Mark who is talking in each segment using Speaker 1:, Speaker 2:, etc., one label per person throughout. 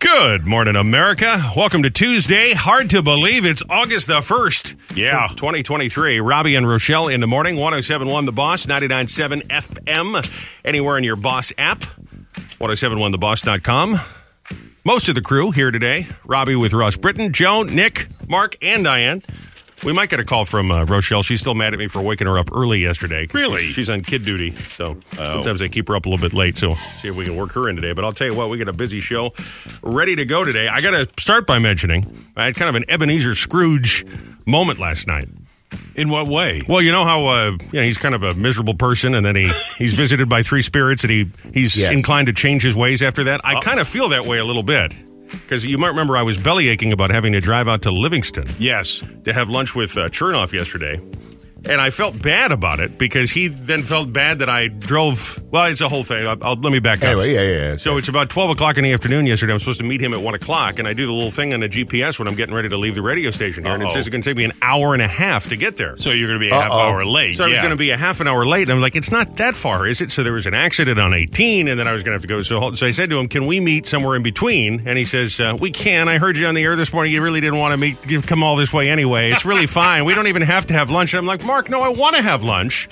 Speaker 1: Good morning, America. Welcome to Tuesday. Hard to believe it's August the 1st.
Speaker 2: Yeah.
Speaker 1: 2023. Robbie and Rochelle in the morning. 1071 The Boss, 997 FM. Anywhere in your Boss app. 1071theboss.com. Most of the crew here today. Robbie with Russ Britton, Joe, Nick, Mark, and Diane. We might get a call from uh, Rochelle. She's still mad at me for waking her up early yesterday. 'cause
Speaker 2: Really?
Speaker 1: she- She's on kid duty, so sometimes they keep her up a little bit late. So see if we can work her in today. But I'll tell you what, we got a busy show ready to go today. I got to start by mentioning I had kind of an Ebenezer Scrooge moment last night.
Speaker 2: In what way?
Speaker 1: Well, you know how uh, you know he's kind of a miserable person, and then he he's visited by three spirits, and he he's
Speaker 3: Yeah.
Speaker 1: inclined to change his ways after that.
Speaker 2: Uh,
Speaker 1: I kind of feel that way a little bit because you might remember I was belly aching about having to drive out to Livingston
Speaker 2: Yes.
Speaker 1: to have lunch with uh, Chernoff yesterday. And I felt bad about it because he then felt bad that I drove. Well, it's a whole thing. I'll, I'll- let me back up.
Speaker 3: Anyway, yeah, yeah, yeah.
Speaker 1: So it's about 12 o'clock in the afternoon yesterday. I'm supposed to meet him at 1 o'clock, and I do the little thing on the GPS when I'm getting ready to leave the radio station here. And it
Speaker 2: Uh-oh.
Speaker 1: says it's going to take me an hour and a half to get there.
Speaker 2: So you're going to be a half
Speaker 3: Uh-oh.
Speaker 2: hour late.
Speaker 1: So I was
Speaker 2: yeah.
Speaker 1: going to be a half an hour late, and I'm like, it's not that far, is it? So there was an accident on 18, and then I was going to have to go. So, so I said to him, "Can we meet somewhere in between?" And he says, uh, "We can. I heard you on the air this morning. You really didn't want to meet, give- come all this way anyway. It's really fine. We don't even have to have lunch." And I'm like, "Mark, no, I want to have lunch."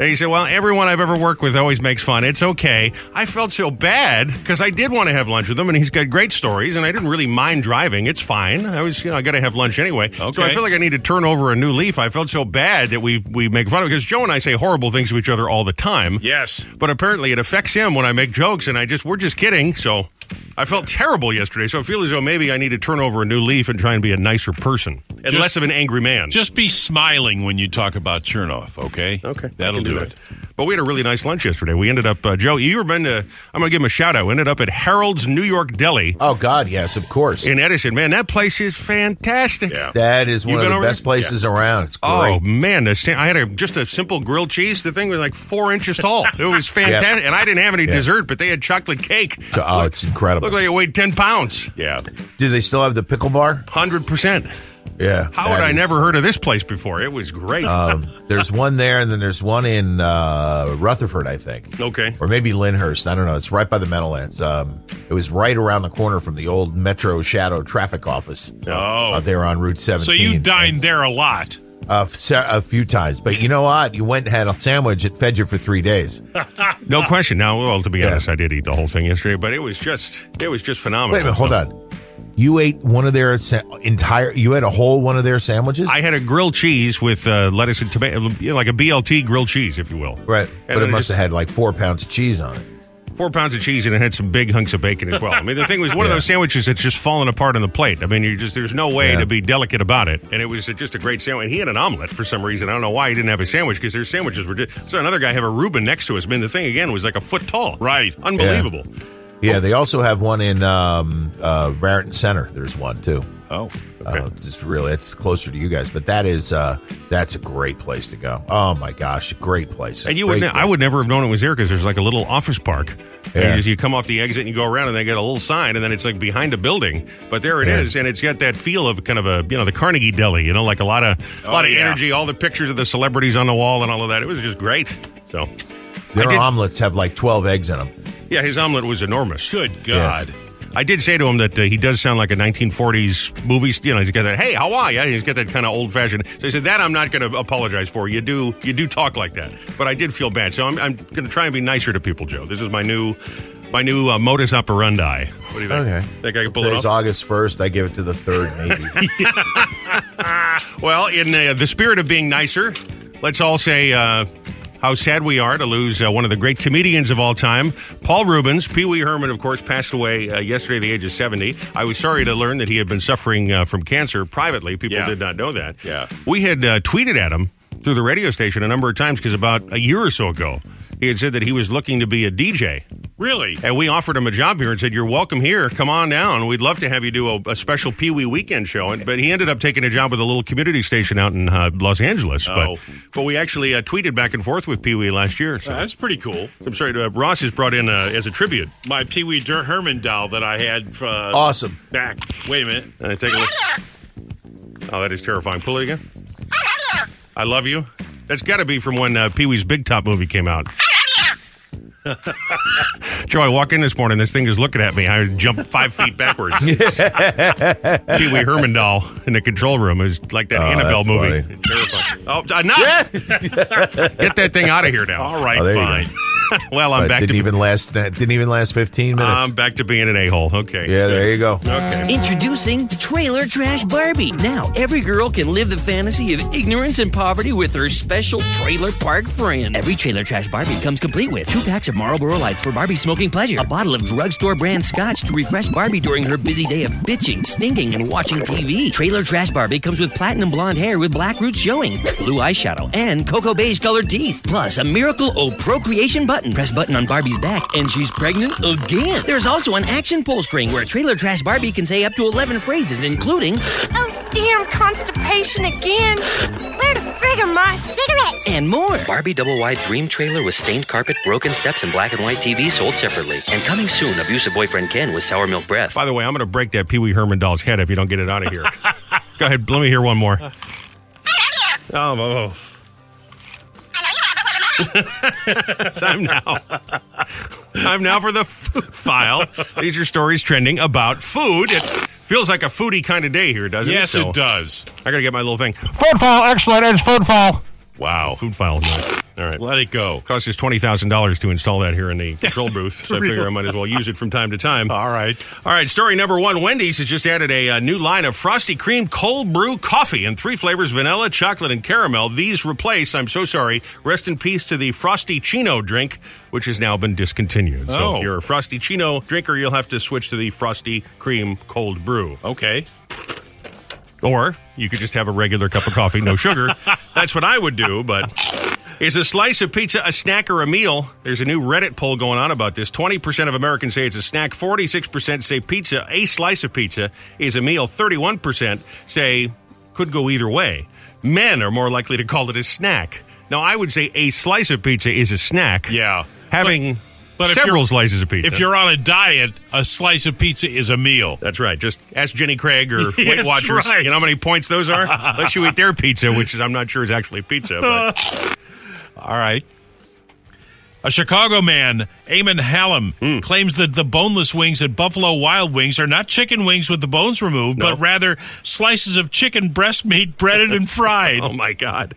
Speaker 1: And he said, "Well, everyone I've ever worked with always makes fun. It's okay." I felt so bad because I did want to have lunch with him, and he's got great stories, and I didn't really mind driving. It's fine. I was, you know, I got to have lunch anyway. So I
Speaker 2: Okay.
Speaker 1: feel like like I need to turn over a new leaf. I felt so bad that we we make fun of because Joe and I say horrible things to each other all the time.
Speaker 2: Yes.
Speaker 1: But apparently it affects him when I make jokes and I just we're just kidding. So I felt terrible yesterday. So I feel as though maybe I need to turn over a new leaf and try and be a nicer person and
Speaker 2: Just-
Speaker 1: less of an angry man.
Speaker 2: Just be smiling when you talk about Chernoff, okay?
Speaker 1: Okay, I
Speaker 2: That'll
Speaker 1: can
Speaker 2: do,
Speaker 1: that.
Speaker 2: it.
Speaker 1: But we had a really nice lunch yesterday. We ended up, uh, Joe. You were been to? I'm going to give him a shout out. We ended up at Harold's New York Deli
Speaker 3: Oh God, yes, of course.
Speaker 1: in Edison. Man, that place is fantastic.
Speaker 2: Yeah.
Speaker 3: that is one
Speaker 1: You
Speaker 3: of
Speaker 1: been
Speaker 3: the
Speaker 1: over
Speaker 3: best
Speaker 1: there?
Speaker 3: places around. It's great.
Speaker 1: Oh man, the sa- I had a, just a simple grilled cheese. The thing was like four inches tall. It was fantastic, and I didn't have any dessert, but they had chocolate cake.
Speaker 3: So- oh, it's incredible.
Speaker 1: Looked like it weighed ten pounds.
Speaker 2: Yeah.
Speaker 3: Do they still have the pickle bar?
Speaker 1: Hundred percent.
Speaker 3: Yeah.
Speaker 1: How
Speaker 3: that
Speaker 1: had I
Speaker 3: is-
Speaker 1: never heard of this place before? It was great.
Speaker 3: Um, there's one there, and then there's one in uh, Rutherford, I think,
Speaker 1: okay.
Speaker 3: or maybe Lyndhurst. I don't know. It's right by the Meadowlands. Um, it was right around the corner from the old Metro Shadow Traffic Office. uh,
Speaker 2: Oh.
Speaker 3: out there on Route 17.
Speaker 2: So you dined there a lot.
Speaker 3: a, f- se- a few times, but you know what? You went and had a sandwich. It fed you for three days.
Speaker 1: No question. Now, well, to be
Speaker 3: Yeah.
Speaker 1: honest, I did eat the whole thing yesterday, but it was just it was just phenomenal.
Speaker 3: Wait a minute, hold
Speaker 1: So-
Speaker 3: on. You ate one of their sa- entire. You had a whole one of their sandwiches.
Speaker 1: I had a grilled cheese with uh, lettuce and tomato, you know, like a BLT grilled cheese, if you will.
Speaker 3: right,
Speaker 1: And
Speaker 3: but it
Speaker 1: I
Speaker 3: must
Speaker 1: just-
Speaker 3: have had like four pounds of cheese on it.
Speaker 1: four pounds of cheese and it had some big hunks of bacon as well. I mean, the thing was one of those sandwiches that's just falling apart on the plate. I mean, you just there's no way
Speaker 3: Yeah.
Speaker 1: to be delicate about it. And it was just a great sandwich. And he had an omelet for some reason. I don't know why he didn't have a sandwich because their sandwiches were just. So another guy had a Reuben next to us. I mean, the thing again was like a foot tall.
Speaker 2: Right.
Speaker 1: Unbelievable.
Speaker 3: Yeah, they also have one in um, uh, Raritan Center. There's one too.
Speaker 2: Oh.
Speaker 3: Uh, it's really it's closer to you guys, but that is uh, that's a great place to go. Oh my gosh, great place!
Speaker 1: And you would,
Speaker 3: Great
Speaker 1: ne- I would never have known it was there because there's like a little office park. And
Speaker 3: Yeah.
Speaker 1: You, just, you come off the exit and you go around and they got a little sign and then it's like behind a building. But there it is,
Speaker 3: Yeah.
Speaker 1: and it's got that feel of kind of a you know the Carnegie Deli, you know, like a lot of
Speaker 3: Oh,
Speaker 1: a lot of
Speaker 2: yeah.
Speaker 1: energy, all the pictures of the celebrities on the wall and all of that. It was just great. So I
Speaker 3: Their
Speaker 1: did-
Speaker 3: omelets have like twelve eggs in them.
Speaker 1: yeah, his omelet was enormous.
Speaker 2: Good God.
Speaker 1: I did say to him that uh, he does sound like a 1940s movie. You know, he's got that hey, how are you? He's got that kind of old fashioned. So he said that I'm not going to apologize for. You do you do talk like that, but I did feel bad. So I'm, I'm going to try and be nicer to people, Joe. This is my new my new uh, modus operandi. What do you think?
Speaker 3: Okay.
Speaker 1: Think I can pull
Speaker 3: Today's
Speaker 1: it off?
Speaker 3: August first. I give it to the third, maybe.
Speaker 1: Well, in uh, the spirit of being nicer, let's all say. Uh, how sad we are to lose uh, one of the great comedians of all time, Paul Rubens. Pee Wee Herman, of course, passed away uh, yesterday at the age of 70. I was sorry to learn that he had been suffering uh, from cancer privately. People
Speaker 2: Yeah.
Speaker 1: did not know that.
Speaker 2: Yeah.
Speaker 1: We had uh, tweeted at him through the radio station a number of times because about a year or so ago, he had said that he was looking to be a DJ.
Speaker 2: Really?
Speaker 1: And we offered him a job here and said, You're welcome here. Come on down. We'd love to have you do a, a special Pee Wee weekend show. And, but he ended up taking a job with a little community station out in uh, Los Angeles.
Speaker 2: Oh.
Speaker 1: But, but we actually uh, tweeted back and forth with Pee Wee last year. So.
Speaker 2: That's pretty cool.
Speaker 1: I'm sorry, uh, Ross is brought in uh, as a tribute.
Speaker 2: My Pee Wee Dur- Herman doll that I had uh,
Speaker 3: awesome.
Speaker 2: back. Wait a minute.
Speaker 1: Uh, take a look. Oh, that is terrifying. Pull it again. I love you. That's got to be from when uh, Pee Wee's Big Top movie came out. Joe, I walk in this morning, this thing is looking at me. I jump five feet backwards. Pee Wee Hermandahl in the control room is like that Annabelle
Speaker 3: Oh, that's
Speaker 1: movie.
Speaker 3: funny.
Speaker 1: It's terrifying. Oh, enough! Get that thing out of here now.
Speaker 2: All right,
Speaker 3: Oh, there you
Speaker 2: fine.
Speaker 3: go.
Speaker 1: Well, I'm
Speaker 3: But
Speaker 1: back
Speaker 3: didn't
Speaker 1: to Um,
Speaker 3: even last. Didn't even last fifteen minutes.
Speaker 1: I'm back to being an a hole. Okay.
Speaker 3: yeah, there you go.
Speaker 4: Introducing Trailer Trash Barbie. Now, every girl can live the fantasy of ignorance and poverty with her special trailer park friend. Every Trailer Trash Barbie comes complete with two packs of Marlboro Lights for Barbie's smoking pleasure, a bottle of drugstore brand scotch to refresh Barbie during her busy day of bitching, stinking, and watching TV. Trailer Trash Barbie comes with platinum blonde hair with black roots showing, blue eyeshadow, and cocoa beige colored teeth. Plus, a miracle O procreation button. Press button on Barbie's back, and she's pregnant again. There's also an action pull string where Trailer Trash Barbie can say up to 11 phrases, including,
Speaker 5: Oh, damn constipation again. Where the frig are my cigarettes?
Speaker 4: and more. Barbie Double Wide Dream Trailer with stained carpet, broken steps, and black and white TV sold separately. And coming soon, abusive boyfriend Ken with sour milk breath.
Speaker 1: By the way, I'm going to break that Pee Wee Hermandahl's head if you don't get it out of here. Go ahead. Let me hear one more. Oh, oh, oh. Time now. Time now for the food file. These are stories trending about food. It feels like a foodie kind of day here, doesn't
Speaker 2: Yes,
Speaker 1: it?
Speaker 2: it does.
Speaker 1: I got to get my little thing.
Speaker 6: Food file, excellent. It's food file.
Speaker 2: Wow.
Speaker 1: Food file. Nice. All right.
Speaker 2: Let it go.
Speaker 1: Costs us twenty thousand dollars to install that here in the control booth, so I figure I might as well use it from time to time.
Speaker 2: All right.
Speaker 1: All right, story number one Wendy's has just added a, uh new line of Frosty Cream Cold Brew Coffee in three flavors vanilla, chocolate, and caramel. These replace, I'm so sorry, rest in peace to the Frosty Chino drink, which has now been discontinued. So
Speaker 2: Oh.
Speaker 1: if you're a Frosty Chino drinker, you'll have to switch to the Frosty Cream Cold Brew.
Speaker 2: Okay.
Speaker 1: Or you could just have a regular cup of coffee, no sugar. That's what I would do, but is a slice of pizza a snack or a meal? There's a new Reddit poll going on about this. 20% of Americans say it's a snack, 46% say pizza, a slice of pizza is a meal, 31% say could go either way. Men are more likely to call it a snack. Now, I would say a slice of pizza is a snack.
Speaker 2: Yeah.
Speaker 1: Having
Speaker 2: but if
Speaker 1: several
Speaker 2: you're-
Speaker 1: slices of pizza.
Speaker 2: If you're on a diet, a slice of pizza is a meal.
Speaker 1: That's right. Just ask Jenny Craig or
Speaker 2: Yeah,
Speaker 1: Weight
Speaker 2: that's
Speaker 1: Watchers.
Speaker 2: right.
Speaker 1: You know how many points those are? Unless you eat their pizza, which is, I'm not sure is actually pizza. But
Speaker 2: All right. A Chicago man, Eamon Hallam,
Speaker 1: Hmm.
Speaker 2: claims that the boneless wings at Buffalo Wild Wings are not chicken wings with the bones removed,
Speaker 1: No.
Speaker 2: but rather slices of chicken breast meat breaded and fried.
Speaker 1: oh my god,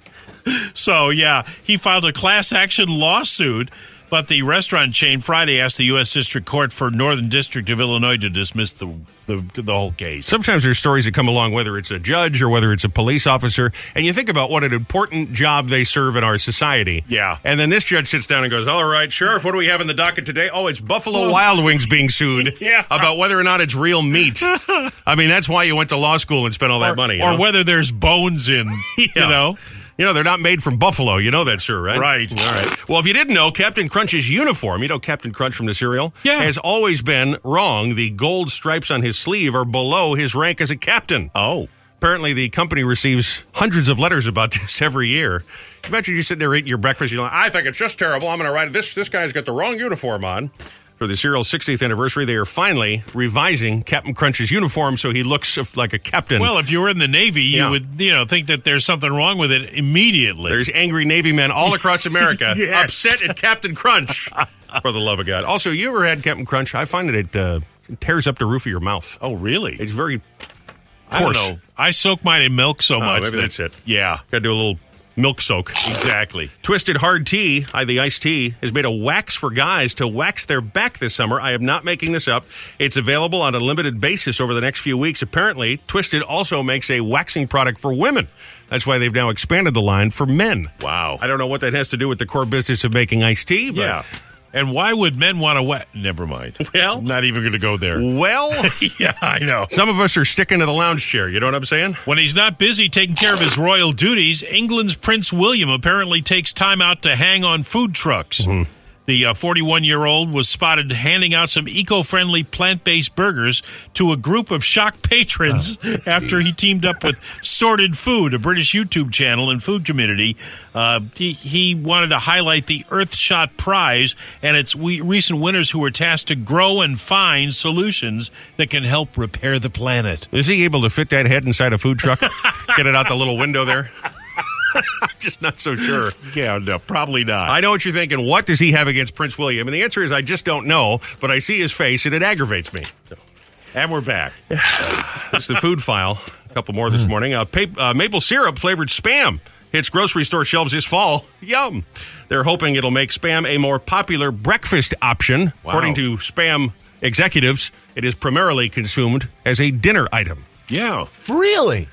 Speaker 2: So, yeah, he filed a class action lawsuit, but the restaurant chain Friday asked the U.S. District Court for Northern District of Illinois to dismiss the, the, the whole case.
Speaker 1: sometimes there's stories that come along, whether it's a judge or whether it's a police officer, and you think about what an important job they serve in our society.
Speaker 2: Yeah.
Speaker 1: And then this judge sits down and goes, "All right, sheriff, what do we have in the docket today? Oh, it's Buffalo Wild Wings being sued
Speaker 2: Yeah.
Speaker 1: about whether or not it's real meat. I mean, that's why you went to law school and spent all that
Speaker 2: or,
Speaker 1: money, you
Speaker 2: or
Speaker 1: know?
Speaker 2: whether there's bones in,
Speaker 1: Yeah.
Speaker 2: you know?
Speaker 1: You know, they're not made from buffalo. You know that, sir, right?
Speaker 2: Right.
Speaker 1: All right. Well, if you didn't know, Captain Crunch's uniform, you know Captain Crunch from the cereal,
Speaker 2: Yeah.
Speaker 1: has always been wrong. The gold stripes on his sleeve are below his rank as a captain.
Speaker 2: Oh.
Speaker 1: Apparently, the company receives hundreds of letters about this every year. Imagine you sitting there eating your breakfast. You're like, I think it's just terrible. I'm going to write it. this. This guy's got the wrong uniform on. For the cereal's 60th anniversary, they are finally revising Captain Crunch's uniform so he looks like a captain.
Speaker 2: Well, if you were in the Navy, you
Speaker 1: Yeah.
Speaker 2: would, you know, think that there's something wrong with it immediately.
Speaker 1: There's angry Navy men all across America
Speaker 2: Yes.
Speaker 1: upset at Captain Crunch. For the love of God! Also, you ever had Captain Crunch? I find that it uh, tears up the roof of your mouth.
Speaker 2: oh, really?
Speaker 1: It's very
Speaker 2: I don't
Speaker 1: coarse.
Speaker 2: know. I soak mine in milk so much.
Speaker 1: Oh, maybe
Speaker 2: that-
Speaker 1: that's it.
Speaker 2: Yeah,
Speaker 1: got to do a little milk soak.
Speaker 2: exactly.
Speaker 1: Twisted Hard Tea, I the iced tea, has made a wax for guys to wax their back this summer. I am not making this up. It's available on a limited basis over the next few weeks. Apparently, Twisted also makes a waxing product for women. That's why they've now expanded the line for men.
Speaker 2: Wow.
Speaker 1: I don't know what that has to do with the core business of making iced tea, but
Speaker 2: Yeah. And why would men want to wet? Never mind.
Speaker 1: Well-
Speaker 2: I'm not even going to go there.
Speaker 1: well,
Speaker 2: yeah, I know.
Speaker 1: some of us are sticking to the lounge chair. You know what I'm saying?
Speaker 2: When he's not busy taking care of his royal duties, England's Prince William apparently takes time out to hang on food trucks. The 41 year old was spotted handing out some eco friendly plant based burgers to a group of shocked patrons after he teamed up with Sorted Food, a British YouTube channel and food community. Uh, he, he wanted to highlight the Earthshot Prize and its we- recent winners who were tasked to grow and find solutions that can help repair the planet.
Speaker 1: Is he able to fit that head inside a food truck? Get it out the little window there? just not so sure.
Speaker 2: Yeah, no, probably not.
Speaker 1: I know what you're thinking. What does he have against Prince William? And the answer is I just don't know, but I see his face and it aggravates me.
Speaker 2: and we're back.
Speaker 1: It's the food file. A couple more this morning. Uh, pa- uh, maple syrup flavored spam hits grocery store shelves this fall. Yum. They're hoping it'll make spam a more popular breakfast option. According to spam executives, it is primarily consumed as a dinner item.
Speaker 2: Yeah.
Speaker 3: Really?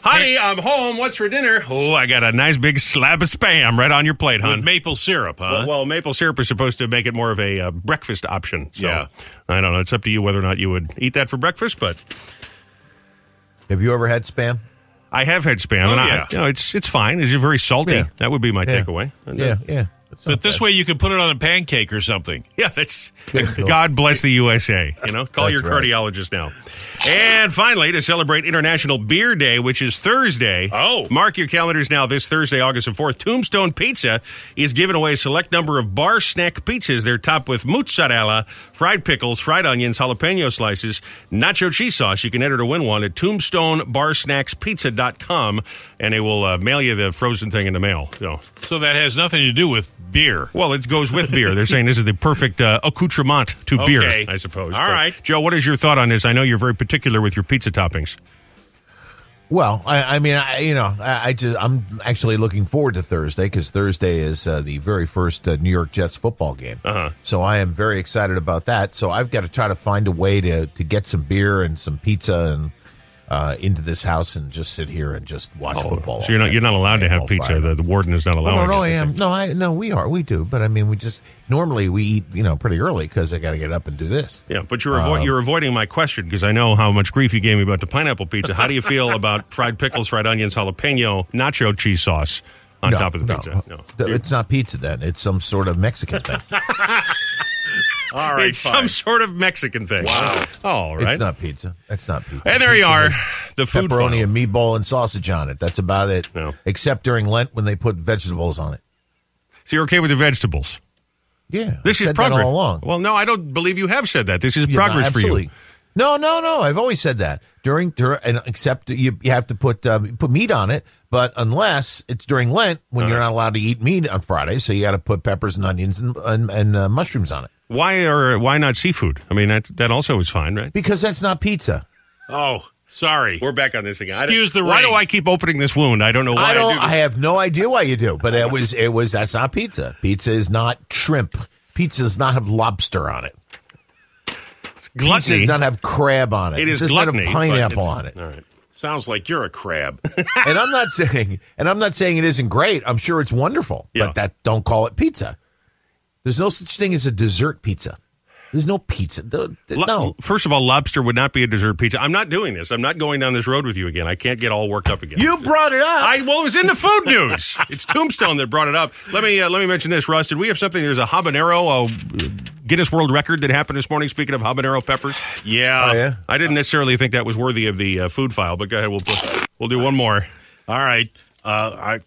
Speaker 1: Honey, I'm home. What's for dinner? Oh, I got a nice big slab of spam right on your plate, hon.
Speaker 2: With maple syrup, huh?
Speaker 1: Well, well, maple syrup is supposed to make it more of a uh, breakfast option. So
Speaker 2: Yeah.
Speaker 1: I don't know. It's up to you whether or not you would eat that for breakfast, but
Speaker 3: Have you ever had spam?
Speaker 1: I have had spam,
Speaker 2: Oh,
Speaker 1: and
Speaker 2: yeah.
Speaker 1: I, you know, it's it's fine. It's very salty.
Speaker 3: Yeah.
Speaker 1: That would be my
Speaker 3: Yeah.
Speaker 1: takeaway. And, uh,
Speaker 3: Yeah, yeah. That's
Speaker 2: but
Speaker 3: not
Speaker 2: this
Speaker 3: bad.
Speaker 2: way you could put it on a pancake or something.
Speaker 1: yeah, that's
Speaker 3: Good call.
Speaker 1: God bless the USA. You know, call
Speaker 3: That's
Speaker 1: your
Speaker 3: right.
Speaker 1: cardiologist now. And finally, to celebrate International Beer Day, which is Thursday.
Speaker 2: Oh.
Speaker 1: mark your calendars now. This Thursday, August the fourth, Tombstone Pizza is giving away a select number of bar snack pizzas. They're topped with mozzarella, fried pickles, fried onions, jalapeno slices, nacho cheese sauce. You can enter to win one at tombstonebarsnackspizza.com, and they will uh, mail you the frozen thing in the mail. So.
Speaker 2: So that has nothing to do with beer.
Speaker 1: Well, it goes with beer. They're saying this is the perfect uh, accoutrement to beer,
Speaker 2: Okay.
Speaker 1: I suppose.
Speaker 2: All
Speaker 1: All right,
Speaker 2: right.
Speaker 1: Joe, what is your thought on this? I know you're very particular with your pizza toppings.
Speaker 3: Well, I, I mean, I, you know, I, I just I'm actually looking forward to Thursday because Thursday is uh, the very first uh, New York Jets football game. Uh-huh. So I am very excited about that. So I've got to try to find a way to to get some beer and some pizza and uh, into this house and just sit here and just watch football.
Speaker 1: Oh, So you're not you're not allowed to
Speaker 3: I'm
Speaker 1: have
Speaker 3: all
Speaker 1: pizza.
Speaker 3: fired
Speaker 1: The,
Speaker 3: up.
Speaker 1: the warden is not
Speaker 3: Oh,
Speaker 1: allowing.
Speaker 3: no, no,
Speaker 1: it,
Speaker 3: I am.
Speaker 1: think.
Speaker 3: No, I no, we are, we do. But I mean, we just normally we eat, you know, pretty early because I got to get up and do this.
Speaker 1: Yeah, but you're
Speaker 3: Uh,
Speaker 1: avo- you're avoiding my question because I know how much grief you gave me about the pineapple pizza. How do you feel about fried pickles, fried onions, jalapeno, nacho cheese sauce on top of the pizza? No,
Speaker 3: Th- it's not pizza. Then it's some sort of Mexican thing.
Speaker 2: All right,
Speaker 1: it's
Speaker 2: fine.
Speaker 1: some sort of Mexican thing. Wow. All right.
Speaker 3: It's not pizza. That's not pizza.
Speaker 1: and there you are, the food
Speaker 3: pepperoni
Speaker 1: file.
Speaker 3: and meatball and sausage on it. That's about it.
Speaker 1: No.
Speaker 3: Except during Lent when they put vegetables on it.
Speaker 1: So you're okay with the vegetables?
Speaker 3: Yeah, I
Speaker 1: This
Speaker 3: said
Speaker 1: is
Speaker 3: that
Speaker 1: progress.
Speaker 3: all along.
Speaker 1: Well, no, I don't believe you have said that. This is
Speaker 3: Yeah, no,
Speaker 1: progress for you.
Speaker 3: absolutely. No, no, no. I've always said that during, during and except you, you have to put um, put meat on it, but unless it's during Lent when you're not allowed to eat meat on Friday, so you got to put peppers and onions and and, and uh, mushrooms on it
Speaker 1: Why or why not seafood? I mean, that that also is fine, right?
Speaker 3: because that's not pizza.
Speaker 2: Oh, sorry.
Speaker 1: We're back on this again. I don't-
Speaker 2: Excuse the
Speaker 1: Why do
Speaker 2: rain.
Speaker 1: I keep opening this wound? I don't know why
Speaker 3: I
Speaker 1: I,
Speaker 3: don't.
Speaker 1: do.
Speaker 3: I,
Speaker 1: this.
Speaker 3: have no idea why you do, but it was it was that's not pizza. Pizza is not shrimp. Pizza does not have lobster on it. Pizza
Speaker 1: Gluttony.
Speaker 3: does not have crab on it.
Speaker 1: It is
Speaker 3: does not have
Speaker 1: gluttony, but
Speaker 3: pineapple
Speaker 1: it's-
Speaker 3: on it.
Speaker 1: All right.
Speaker 2: Sounds like you're a crab.
Speaker 3: And I'm not saying and I'm not saying it isn't great. I'm sure it's wonderful.
Speaker 1: Yeah.
Speaker 3: But that don't call it pizza. There's no such thing as a dessert pizza. There's no pizza. The- the-
Speaker 1: Lo-
Speaker 3: no.
Speaker 1: First of all, lobster would not be a dessert pizza. I'm not doing this. I'm not going down this road with you again. I can't get all worked up again.
Speaker 3: You brought it up.
Speaker 1: I well, it was in the food news. it's Tombstone that brought it up. Let me uh, let me mention this, Russ. Did we have something? There's a habanero uh, Guinness World Record that happened this morning. Speaking of habanero peppers,
Speaker 2: yeah.
Speaker 3: Oh, yeah.
Speaker 1: I uh, didn't necessarily think that was worthy of the uh, food file, but go ahead. We'll we'll do one more.
Speaker 2: All right. Uh, I,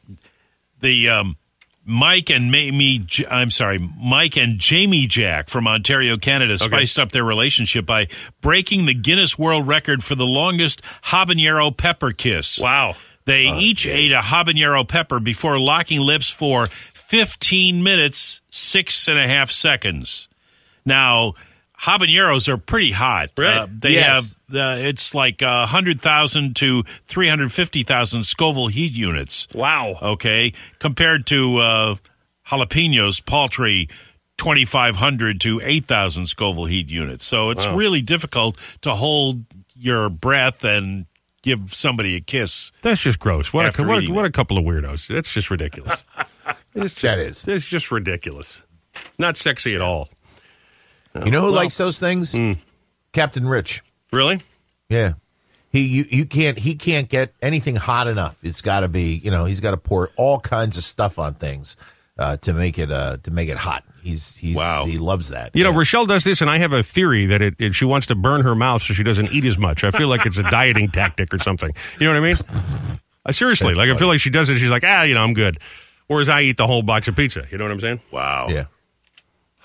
Speaker 2: the um, Mike and Mamie, J- I'm sorry, Mike and Jamie Jack from Ontario, Canada, spiced up their relationship by breaking the Guinness World Record for the longest habanero pepper kiss.
Speaker 1: Wow.
Speaker 2: They each ate a habanero pepper before locking lips for 15 minutes, six and a half seconds. Now, habaneros are pretty hot.
Speaker 1: Right.
Speaker 2: they
Speaker 3: Yes.
Speaker 2: have, uh, it's like uh, 100,000 to 350,000 Scoville heat units.
Speaker 1: Wow.
Speaker 2: Okay. Compared to uh, jalapenos, paltry. 2500 to 8000 scoville heat units so it's really difficult to hold your breath and give somebody a kiss
Speaker 1: That's just gross. What
Speaker 2: After
Speaker 1: a, what,
Speaker 2: eating
Speaker 1: a,
Speaker 2: it.
Speaker 1: what a couple of weirdos. That's just ridiculous. it's just,
Speaker 3: That is.
Speaker 1: It's just ridiculous. Not sexy at all.
Speaker 3: you know who likes those things?
Speaker 1: hmm.
Speaker 3: Captain Rich.
Speaker 1: Really?
Speaker 3: Yeah. He you, you can't he can't get anything hot enough. It's got to be you know he's got to pour all kinds of stuff on things uh, to make it uh, to make it hot. He's he's
Speaker 2: Wow.
Speaker 3: he loves that.
Speaker 1: You know, Rochelle does this, and I have a theory that it, it she wants to burn her mouth so she doesn't eat as much. I feel like it's a dieting tactic or something. You know what I mean? Uh, seriously, like I feel like she does it. She's like, ah, you know, I'm good. Whereas I eat the whole box of pizza. You know what I'm saying?
Speaker 2: Wow.
Speaker 3: yeah.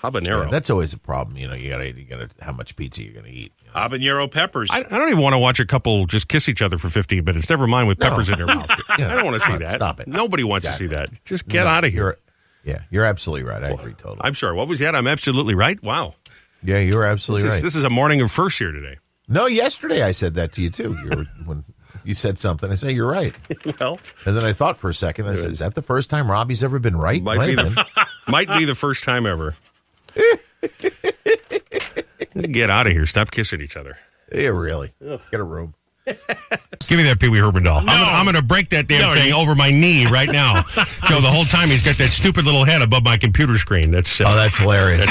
Speaker 1: Habanero.
Speaker 3: that's always a problem. You know, you gotta you gotta how much pizza you're gonna eat.
Speaker 2: Habanero peppers.
Speaker 1: I, I don't even want to watch a couple just kiss each other for 15 minutes. Never mind with peppers in their mouth. I don't want to see that.
Speaker 3: Stop it.
Speaker 1: Nobody wants to see that. Just get out of here.
Speaker 3: You're, yeah, you're absolutely right. I agree totally.
Speaker 1: I'm sorry. What was that? I'm absolutely right. Wow.
Speaker 3: yeah, you're absolutely
Speaker 1: This,
Speaker 3: right.
Speaker 1: this is a morning of first here today.
Speaker 3: no, yesterday I said that to you too. You were, when you said something, I say you're right,
Speaker 1: Well,
Speaker 3: and then I thought for a second. I said, "Is that the first time Robbie's ever been right?"
Speaker 1: might
Speaker 3: Might
Speaker 1: be
Speaker 3: have been.
Speaker 1: the might be the first time ever. Get out of here. Stop kissing each other.
Speaker 3: Yeah, really. Get a room.
Speaker 1: Give me that Pee Wee Herman doll. I'm gonna- I'm going to break that damn
Speaker 2: No,
Speaker 1: thing
Speaker 2: you-
Speaker 1: over my knee right now. Joe, the whole time he's got that stupid little head above my computer screen. That's
Speaker 3: Oh,
Speaker 1: uh,
Speaker 3: that's hilarious.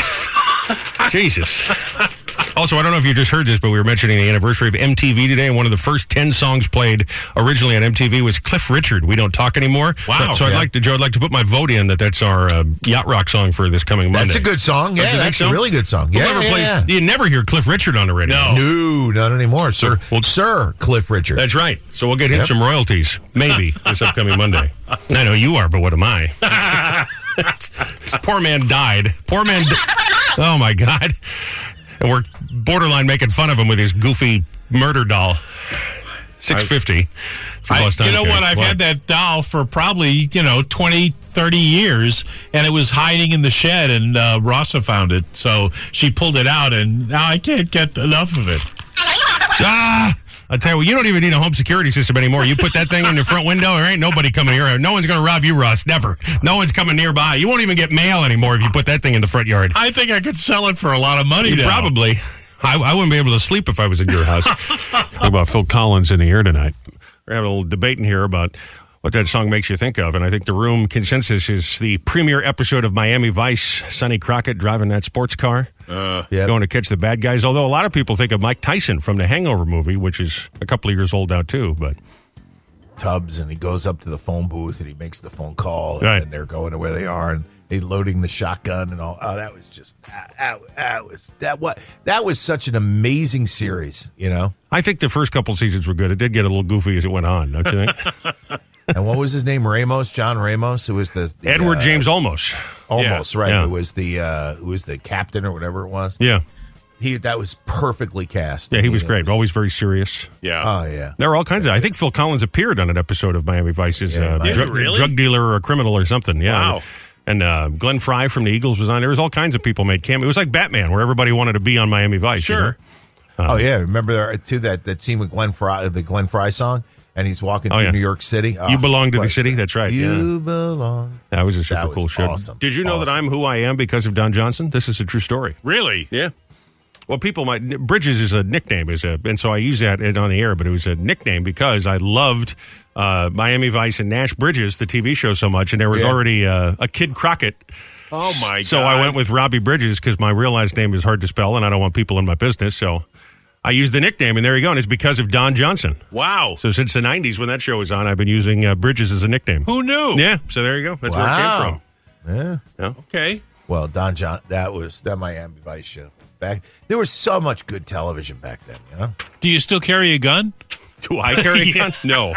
Speaker 1: Jesus. Also, I don't know if you just heard this, but we were mentioning the anniversary of MTV today, and one of the first ten songs played originally on MTV was Cliff Richard. We don't talk anymore.
Speaker 2: Wow.
Speaker 1: So, so I'd
Speaker 2: Yeah.
Speaker 1: like to, Joe, I'd like to put my vote in that that's our uh, yacht rock song for this coming Monday.
Speaker 3: That's a good song. Yeah,
Speaker 1: Don't you think
Speaker 3: that's a
Speaker 1: so?
Speaker 3: really good song. Yeah,
Speaker 1: Whoever
Speaker 3: yeah,
Speaker 1: plays-
Speaker 3: yeah.
Speaker 1: You never hear Cliff Richard on the radio.
Speaker 3: Oh. No, not anymore, sir.
Speaker 1: Well-
Speaker 3: sir, Cliff Richard.
Speaker 1: That's right. So we'll get him
Speaker 3: Yep.
Speaker 1: some royalties, maybe, this upcoming Monday. I know you are, but what am I? This Poor man died. Poor man. Di- oh, my God. And we're borderline making fun of him with his goofy murder doll. 650.
Speaker 2: I- you know what? I've had that doll for probably, you know, 20, 30 years, and it was hiding in the shed, and uh, Rossa found it. So she pulled it out, and now I can't get enough of it.
Speaker 1: Ah, I tell you, what, you don't even need a home security system anymore. You put that thing in your front window, there ain't nobody coming here. No one's going to rob you, Russ. Never. No one's coming nearby. You won't even get mail anymore if you put that thing in the front yard.
Speaker 2: I think I could sell it for a lot of money now.
Speaker 1: Probably. I, I wouldn't be able to sleep if I was in your house. Talk about Phil Collins in the air tonight. We're having a little debate in here about what that song makes you think of, and I think the room consensus is the premiere episode of Miami Vice, Sonny Crockett driving that sports car,
Speaker 3: Yep.
Speaker 1: going to catch the bad guys. Although a lot of people think of Mike Tyson from the Hangover movie, which is a couple of years old now too. But
Speaker 3: Tubbs, and he goes up to the phone booth and he makes the phone call, and,
Speaker 1: Right.
Speaker 3: then they're going to where they are, and they loading the shotgun and all. Oh, that was just that, that, that was that what that was such an amazing series, you know.
Speaker 1: I think the first couple seasons were good. It did get a little goofy as it went on, don't you think?
Speaker 3: And what was his name? Ramos, John Ramos. It was the, the,
Speaker 1: Edward
Speaker 3: uh,
Speaker 1: James Olmos.
Speaker 3: almost right.
Speaker 1: Yeah.
Speaker 3: It was the uh, who was the captain or whatever it was.
Speaker 1: Yeah,
Speaker 3: He that was perfectly cast.
Speaker 1: yeah, he
Speaker 3: I
Speaker 1: was
Speaker 3: mean,
Speaker 1: great. Always very serious.
Speaker 2: Ah, Yeah.
Speaker 3: Oh yeah.
Speaker 1: There were all kinds of. I think Phil Collins appeared on an episode of Miami Vice as
Speaker 3: Yeah,
Speaker 1: a
Speaker 3: Miami.
Speaker 1: drug,
Speaker 2: Really?
Speaker 1: drug dealer or a criminal or something. Yeah.
Speaker 2: Wow.
Speaker 1: And uh, Glenn Fry from the Eagles was on. There was all kinds of people made cameo. It was like Batman, where everybody wanted to be on Miami Vice. you know?
Speaker 2: sure.
Speaker 1: Uh,
Speaker 3: Oh yeah, remember there, too that that scene with Glenn Fry, the Glenn Fry song, and he's walking
Speaker 1: Oh,
Speaker 3: through
Speaker 1: yeah.
Speaker 3: New York City. Oh,
Speaker 1: You belong to the
Speaker 3: what-
Speaker 1: city. That's right. yeah.
Speaker 3: You belong.
Speaker 1: That was a super
Speaker 3: That was
Speaker 1: cool show.
Speaker 3: awesome.
Speaker 1: Did you know that
Speaker 3: Awesome.
Speaker 1: I'm who I am because of Don Johnson? This is a true story.
Speaker 2: Really?
Speaker 1: Yeah. Well, people might Bridges is a nickname, is a, and so I use that in- on the air, but it was a nickname because I loved uh, Miami Vice and Nash Bridges, the TV show, so much, and there was
Speaker 3: Yeah.
Speaker 1: already uh, a Kid Crockett.
Speaker 2: Oh, my
Speaker 1: So I went with Robbie Bridges because my real last name is hard to spell, and I don't want people in my business. So I used the nickname, and there you go. And it's because of Don Johnson.
Speaker 2: Wow.
Speaker 1: So since the '90s, when that show was on, I've been using uh, Bridges as a nickname.
Speaker 2: Who knew?
Speaker 1: Yeah. So there you go. That's where it came
Speaker 3: Wow.
Speaker 1: from.
Speaker 3: Yeah.
Speaker 2: Okay.
Speaker 3: Well, Don John, that was that Miami Vice show. Back there was so much good television back then. You know,
Speaker 2: Do you still carry a gun?
Speaker 1: Do I carry a gun? No.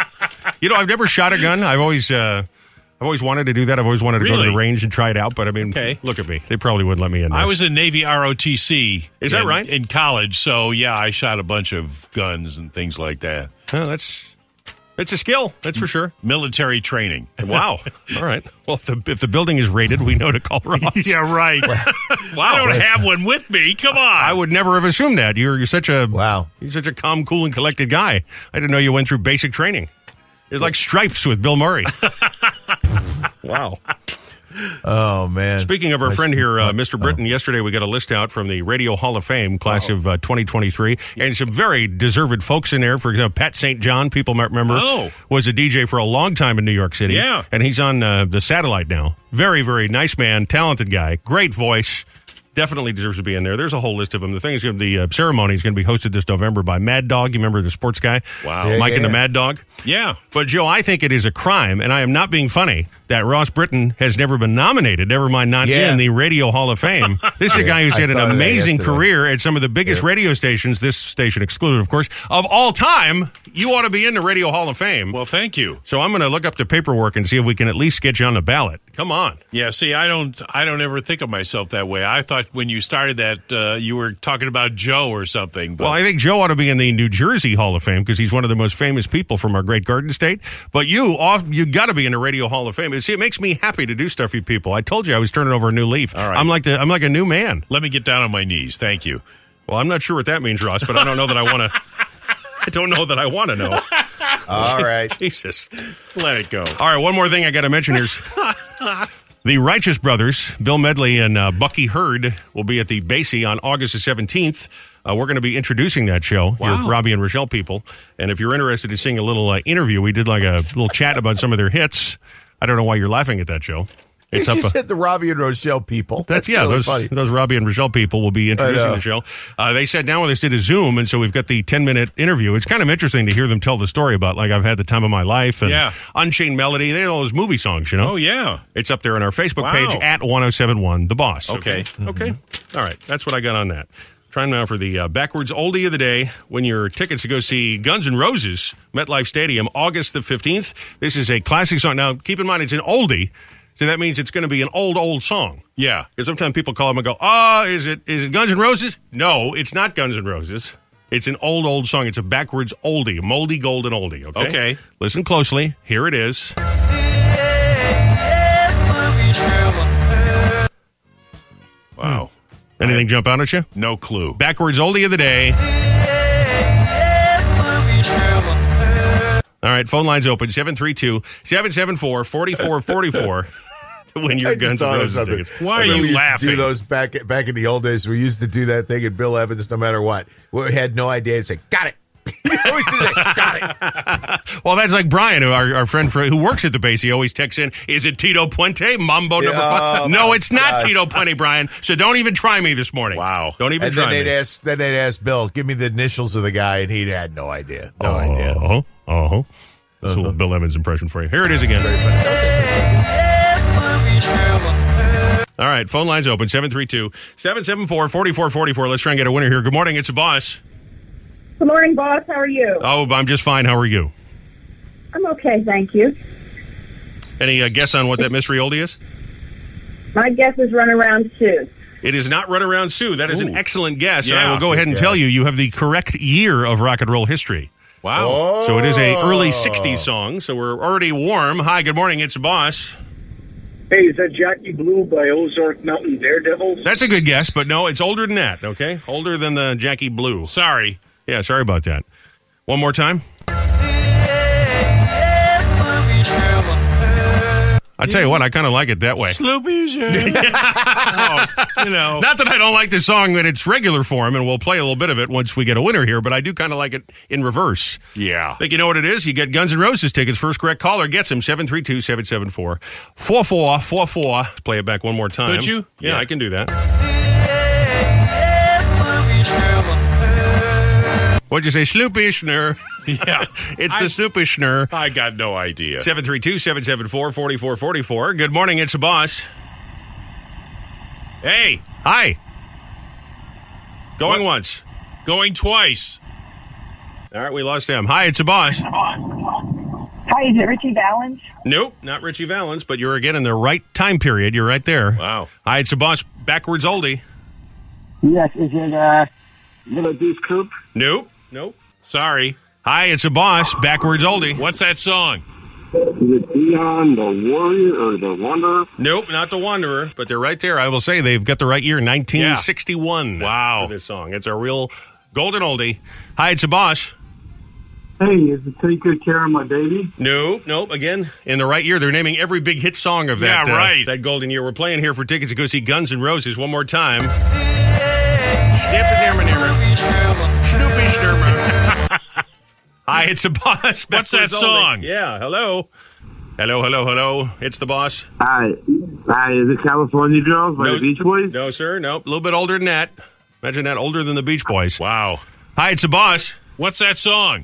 Speaker 1: You know, I've never shot a gun. I've always, uh, I've always wanted to do that. I've always wanted to go to the
Speaker 2: Really?
Speaker 1: range and try it out. But I mean,
Speaker 2: Okay.
Speaker 1: look at me. They probably wouldn't let me in. There.
Speaker 2: I was in Navy ROTC.
Speaker 1: Is that
Speaker 2: in-
Speaker 1: right?
Speaker 2: In college. So, yeah, I shot a bunch of guns and things like that.
Speaker 1: Well, that's that's a skill. That's for sure.
Speaker 2: Military training.
Speaker 1: Wow. All right. Well, if the if the building is rated, we know to call Ross.
Speaker 2: Yeah, right. I
Speaker 1: Wow.
Speaker 2: don't have one with me. Come on.
Speaker 1: I would never have assumed that. You're you're such a
Speaker 3: Wow.
Speaker 1: You're such a calm, cool, and collected guy. I didn't know you went through basic training. It's like stripes with Bill Murray. wow.
Speaker 3: oh man.
Speaker 1: Speaking of our friend here,
Speaker 2: Oh,
Speaker 1: uh, Mr. Britton, yesterday we got a list out from the Radio Hall of Fame
Speaker 2: Oh.
Speaker 1: class of uh, 2023 and some very deserved folks in there. For example, Pat St. John, people might remember,
Speaker 2: Oh.
Speaker 1: was a DJ for a long time in New York City.
Speaker 2: Yeah.
Speaker 1: And he's on uh, the satellite now. Very, very nice man, talented guy, great voice. Definitely deserves to be in there. There's a whole list of them. The thing is, gonna be- the uh, ceremony is going to be hosted this November by Mad Dog. You remember the sports guy?
Speaker 2: Wow. Yeah,
Speaker 1: Mike and the
Speaker 3: yeah.
Speaker 1: Mad Dog?
Speaker 2: Yeah.
Speaker 1: But Joe, I think it is a crime, and I am not being funny, that Ross Britton has never been nominated, never mind not
Speaker 3: Yeah.
Speaker 1: in the Radio Hall of Fame. This is a guy who's
Speaker 3: I
Speaker 1: had an
Speaker 3: thought of that
Speaker 1: amazing
Speaker 3: yesterday.
Speaker 1: career at some of the biggest radio stations, this station excluded, of course, of all time. You ought to be in the Radio Hall of Fame.
Speaker 2: Well, thank you.
Speaker 1: so I'm going to look up the paperwork and see if we can at least get you on the ballot. 'cause Come on.
Speaker 2: Yeah, see, I don't, I don't ever think of myself that way. I thought when you started that, uh, you were talking about Joe or something. But
Speaker 1: Well, I think Joe ought to be in the New Jersey Hall of Fame because he's one of the most famous people from our great Garden State. But you, off, you got to be in the Radio Hall of Fame. And See, it makes me happy to do stuff for you people. I told you I was turning over a new leaf.
Speaker 2: All right.
Speaker 1: I'm like the, I'm like a new man.
Speaker 2: let me get down on my knees. Thank you.
Speaker 1: Well, I'm not sure what that means, Ross, but I don't know that I want to. I don't know that I want to know.
Speaker 3: All right.
Speaker 1: Jesus.
Speaker 2: Let it go.
Speaker 1: All right, one more thing I got to mention here. is the Righteous Brothers, Bill Medley and uh, Bucky Hurd, will be at the Basie on August the 17th. Uh, we're going to be introducing that show, your Robbie and Rochelle people. And if you're interested in seeing a little uh, interview, we did like a little chat about some of their hits. I don't know why you're laughing at that, Joe.
Speaker 3: You
Speaker 1: It's up.
Speaker 3: just
Speaker 1: uh,
Speaker 3: hit the Robbie and Rochelle people.
Speaker 1: that's yeah.
Speaker 3: really
Speaker 1: Those
Speaker 3: funny.
Speaker 1: those Robbie and Rochelle people will be introducing
Speaker 3: know.
Speaker 1: the show. Uh, they sat down with us did a Zoom, and so we've got the ten minute interview. It's kind of interesting to hear them tell the story about like I've had the time of my life and
Speaker 2: Yeah.
Speaker 1: Unchained Melody. They had all those movie songs, you know.
Speaker 2: Oh yeah.
Speaker 1: It's up there on our Facebook
Speaker 2: Wow.
Speaker 1: page at 1071 The Boss.
Speaker 2: Okay. Mm-hmm.
Speaker 1: Okay. All right. That's what I got on that. Trying now for the uh, backwards oldie of the day. When your tickets to go see Guns N' Roses, MetLife Stadium, August the 15th. This is a classic song. Now, keep in mind, it's an oldie. So that means it's going to be an old, old song.
Speaker 2: Yeah.
Speaker 1: Because sometimes people call them and go, ah, is it is it Guns N' Roses? No, it's not Guns N' Roses. It's an old, old song. It's a backwards oldie, moldy golden oldie. Okay.
Speaker 2: Okay.
Speaker 1: Listen closely. Here it is.
Speaker 2: Wow.
Speaker 1: Anything jump out at you?
Speaker 2: No clue.
Speaker 1: Backwards oldie of the day. All right, phone lines open 732 774 4444 to win your
Speaker 3: I just
Speaker 1: Guns N'
Speaker 3: thought of
Speaker 1: Roses
Speaker 3: something.
Speaker 1: tickets.
Speaker 2: Why are
Speaker 3: I
Speaker 2: you
Speaker 3: remember we used to
Speaker 2: laughing?
Speaker 3: Do those back back in the old days. We used to do that thing at Bill Evans, no matter what. We had no idea. It's like, got it. We always do that. Got it.
Speaker 1: Well, that's like Brian, who our, our friend for, who works at the base. He always texts in, Is it Tito Puente? Mambo number
Speaker 3: Yeah, oh
Speaker 1: five. No,
Speaker 3: my
Speaker 1: it's not
Speaker 3: God.
Speaker 1: Tito Puente, Brian. So don't even try me this morning.
Speaker 2: Wow.
Speaker 1: Don't even
Speaker 3: And then
Speaker 1: try
Speaker 3: they'd
Speaker 1: me.
Speaker 3: ask. Then they'd ask Bill, "Give me the initials of the guy," and he had no idea. No idea.
Speaker 1: Uh-huh. Uh-huh. That's a little Bill Evans impression for you. Here it is again. All right, phone lines open 732-774-4444. Let's try and get a winner here. Good morning, it's a boss.
Speaker 7: Good morning, boss. How are you?
Speaker 1: Oh, I'm just fine. How are you?
Speaker 7: I'm okay, thank you.
Speaker 1: Any uh, guess on what that mystery oldie is?
Speaker 7: My guess is run around too.
Speaker 1: It is not Run Around Sue. That is an
Speaker 2: Ooh.
Speaker 1: excellent guess. and I
Speaker 2: Yeah.
Speaker 1: will go ahead and
Speaker 3: Yeah.
Speaker 1: tell you, you have the correct year of rock and roll history.
Speaker 2: Wow.
Speaker 1: So it is a early 60s song, so we're already warm. Hi, good morning, it's a boss.
Speaker 8: Hey, is that Jackie Blue by Ozark Mountain Daredevils?
Speaker 1: That's a good guess, but no, it's older than that, okay? Older than the Jackie Blue.
Speaker 2: Sorry.
Speaker 1: Yeah, sorry about that. One more time. I'll tell you what, I kind of like it that way.
Speaker 2: Sloopy's. oh, you know.
Speaker 1: Not that I don't like the song in its regular form, and we'll play a little bit of it once we get a winner here, but I do kind of like it in reverse.
Speaker 2: yeah.
Speaker 1: Think you know what it is? You get Guns N' Roses tickets. First correct caller gets them 732 774 4444. Play it back one more time.
Speaker 2: Could you?
Speaker 1: Yeah,
Speaker 2: Yeah.
Speaker 1: I can do that. What'd you say? Sloopishner.
Speaker 2: Yeah.
Speaker 1: It's
Speaker 2: I-
Speaker 1: the Sloopishner.
Speaker 2: I got no idea.
Speaker 1: 732 774 4444. Good morning. It's the boss.
Speaker 2: Hey,
Speaker 1: Hi. Going once.
Speaker 2: going twice.
Speaker 1: All right, we lost him. Hi, it's the boss.
Speaker 7: Hi, is it Richie Valens?
Speaker 1: Nope, not Richie Valens, but you're again in the right time period. You're right there.
Speaker 2: Wow.
Speaker 1: Hi, it's the boss. Backwards oldie.
Speaker 8: Yes, is it uh, Little Goose Coop?
Speaker 1: Nope. Nope.
Speaker 2: Sorry.
Speaker 1: Hi, it's a boss. Backwards oldie.
Speaker 2: What's that song?
Speaker 8: Is it Dion the Warrior or the Wanderer?
Speaker 1: Nope, not the Wanderer, but they're right there. I will say they've got the right year, 1961.
Speaker 2: Wow.
Speaker 1: for this song. It's a real golden oldie. Hi, it's a boss.
Speaker 8: Hey, is it Take Good Care of My Baby?
Speaker 1: Nope, nope. Again, in the right year, they're naming every big hit song of that. uh,
Speaker 2: Yeah, right.
Speaker 1: that golden year. We're playing here for tickets to go see Guns N' Roses one more time. Snoopy Snoopy Hi, it's the boss.
Speaker 2: What's that
Speaker 1: Backwards oldie.
Speaker 2: song?
Speaker 1: Yeah, hello. Hello, hello, hello. It's the boss.
Speaker 8: Hi. Hi, is it California Girls by the Beach Boys?
Speaker 1: No, sir. Nope. A little bit older than that. Imagine that, older than the Beach Boys.
Speaker 2: Wow.
Speaker 1: Hi, it's the boss.
Speaker 2: What's that song?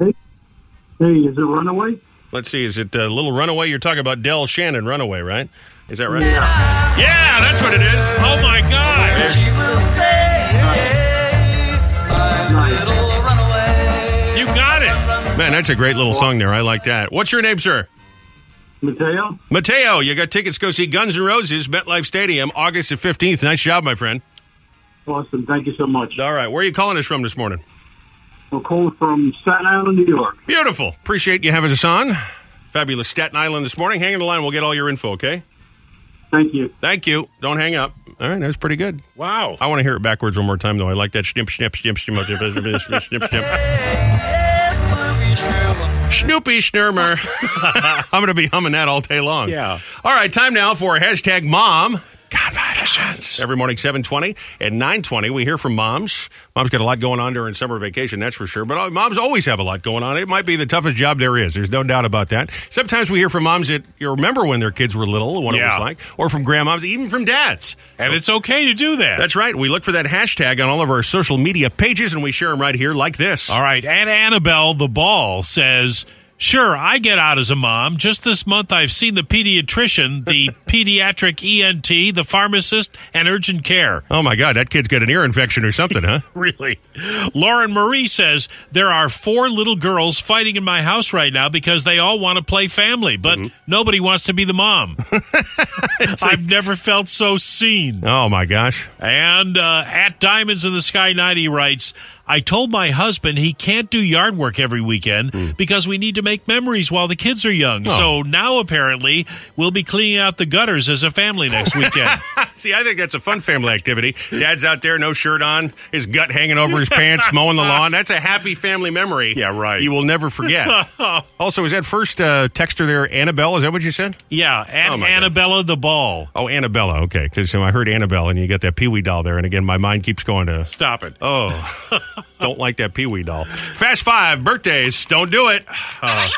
Speaker 8: Hey, is it Runaway?
Speaker 1: Let's see. Is it uh, Little Runaway? You're talking about Del Shannon Runaway, right? Is that right? Yeah. Yeah, that's what it is.
Speaker 2: Oh my God! You got it.
Speaker 1: Man, that's a great little song there. I like that. What's your name, sir?
Speaker 9: Mateo?
Speaker 1: Mateo, you got tickets. Go see Guns N' Roses, MetLife Stadium, August the 15th. Nice job, my friend.
Speaker 9: Awesome. Thank you so much.
Speaker 1: All right. Where are you calling us from this morning?
Speaker 9: I'm calling from Staten Island, New York.
Speaker 1: Beautiful. Appreciate you having us on. Fabulous Staten Island this morning. Hang in the line. We'll get all your info, okay?
Speaker 9: Thank you.
Speaker 1: Thank you. Don't hang up. All right. That was pretty good.
Speaker 2: Wow.
Speaker 1: I want to hear it backwards one more time, though. I like that. Snip, snip, snip, snip, snip, snip, snip, snip, snip, snip. Snoopy Schnurmer. I'm going to be humming that all day long.
Speaker 2: Yeah.
Speaker 1: All right. Time now for hashtag mom. Conversations. Every morning, 720 and 920, we hear from moms. Mom's got a lot going on during summer vacation, that's for sure. But uh, moms always have a lot going on. It might be the toughest job there is. There's no doubt about that. Sometimes we hear from moms that you remember when their kids were little, what
Speaker 2: Yeah.
Speaker 1: it was like, or from grandmoms, even from dads.
Speaker 2: And it's okay to do that.
Speaker 1: That's right. We look for that hashtag on all of our social media pages and we share them right here like this.
Speaker 2: All right. And Annabelle the Ball says, Sure, I get out as a mom. Just this month, I've seen the pediatrician, the pediatric ENT, the pharmacist, and urgent care.
Speaker 1: Oh my God, that kid's got an ear infection or something, huh?
Speaker 2: Really? Lauren Marie says, There are four little girls fighting in my house right now because they all want to play family, but nobody wants to be the mom. I've never felt so seen.
Speaker 1: Oh my gosh.
Speaker 2: And uh, at Diamonds in the Sky 90 writes, I told my husband he can't do yard work every weekend
Speaker 1: Hmm.
Speaker 2: because we need to make memories while the kids are young.
Speaker 1: Oh.
Speaker 2: So now apparently we'll be cleaning out the gutters as a family next weekend.
Speaker 1: See, I think that's a fun family activity. Dad's out there, no shirt on, his gut hanging over his pants, mowing the lawn. That's a happy family memory.
Speaker 2: Yeah, right.
Speaker 1: You will never forget. also, is that first uh, texter there, Annabelle? Is that what you said?
Speaker 2: yeah, and
Speaker 1: Oh, my God.
Speaker 2: Annabella the Ball.
Speaker 1: Oh, Annabella. Okay, because I heard Annabelle, and you got that Pee Wee doll there, and again, my mind keeps going to.
Speaker 2: Stop it.
Speaker 1: Oh, don't like that Pee Wee doll. Fast five birthdays. Don't do it. Uh,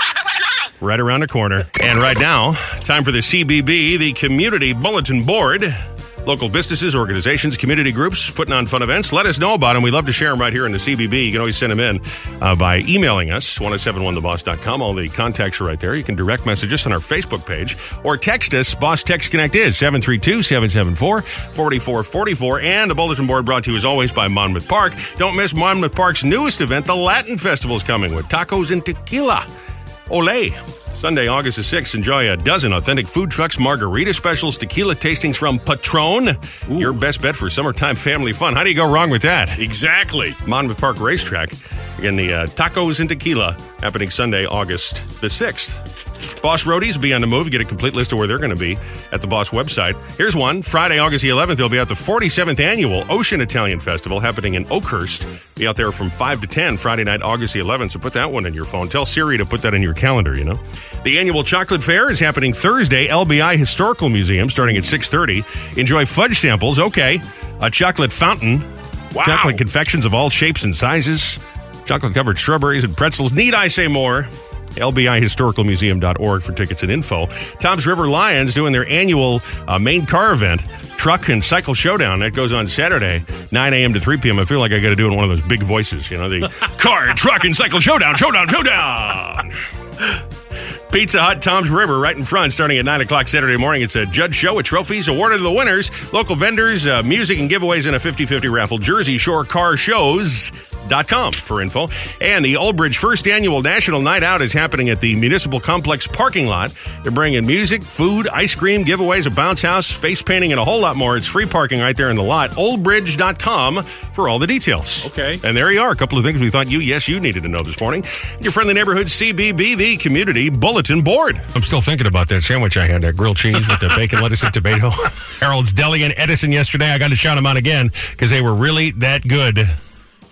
Speaker 1: right around the corner. And right now, time for the CBB, the Community Bulletin Board. Local businesses, organizations, community groups putting on fun events. Let us know about them. We love to share them right here in the CBB. You can always send them in uh, by emailing us, 1071theboss.com. All the contacts are right there. You can direct message us on our Facebook page or text us. Boss Text Connect is 732 774 4444. And the bulletin board brought to you as always by Monmouth Park. Don't miss Monmouth Park's newest event. The Latin Festival is coming with tacos and tequila. Olay. Sunday, August the 6th, enjoy a dozen authentic food trucks, margarita specials, tequila tastings from Patron. Your best bet for summertime family fun. How do you go wrong with that?
Speaker 2: Exactly.
Speaker 1: Monmouth Park Racetrack. Again, the uh, tacos and tequila happening Sunday, August the 6th. Boss Roadies be on the move. Get a complete list of where they're going to be at the Boss website. Here's one. Friday, August the 11th, they'll be at the 47th Annual Ocean Italian Festival happening in Oakhurst. Be out there from 5 to 10 Friday night, August the 11th. So put that one in your phone. Tell Siri to put that in your calendar, you know. The annual Chocolate Fair is happening Thursday, LBI Historical Museum starting at 6.30. Enjoy fudge samples. Okay. A chocolate fountain.
Speaker 2: Wow.
Speaker 1: Chocolate confections of all shapes and sizes, chocolate covered strawberries and pretzels. Need I say more? LBIHistoricalMuseum.org for tickets and info. Tom's River Lions doing their annual uh, main car event, Truck and Cycle Showdown. That goes on Saturday, 9 a.m. to 3 p.m. I feel like I got to do it in one of those big voices, you know, the car, truck, and cycle showdown, showdown, showdown. Pizza Hut, Tom's River, right in front, starting at 9 o'clock Saturday morning. It's a judge show with trophies awarded to the winners, local vendors, uh, music and giveaways, and a 50 50 raffle. Jersey Shore Car Shows.com for info. And the Old Bridge First Annual National Night Out is happening at the Municipal Complex parking lot. They're bringing music, food, ice cream, giveaways, a bounce house, face painting, and a whole lot more. It's free parking right there in the lot. Oldbridge.com for all the details.
Speaker 2: Okay.
Speaker 1: And there you are. A couple of things we thought you, yes, you needed to know this morning. Your friendly neighborhood CBB, the community bulletin board. I'm still thinking about that sandwich I had, that grilled cheese with the bacon, lettuce, and tomato. Harold's Deli and Edison yesterday. I got to shout them out again because they were really that good.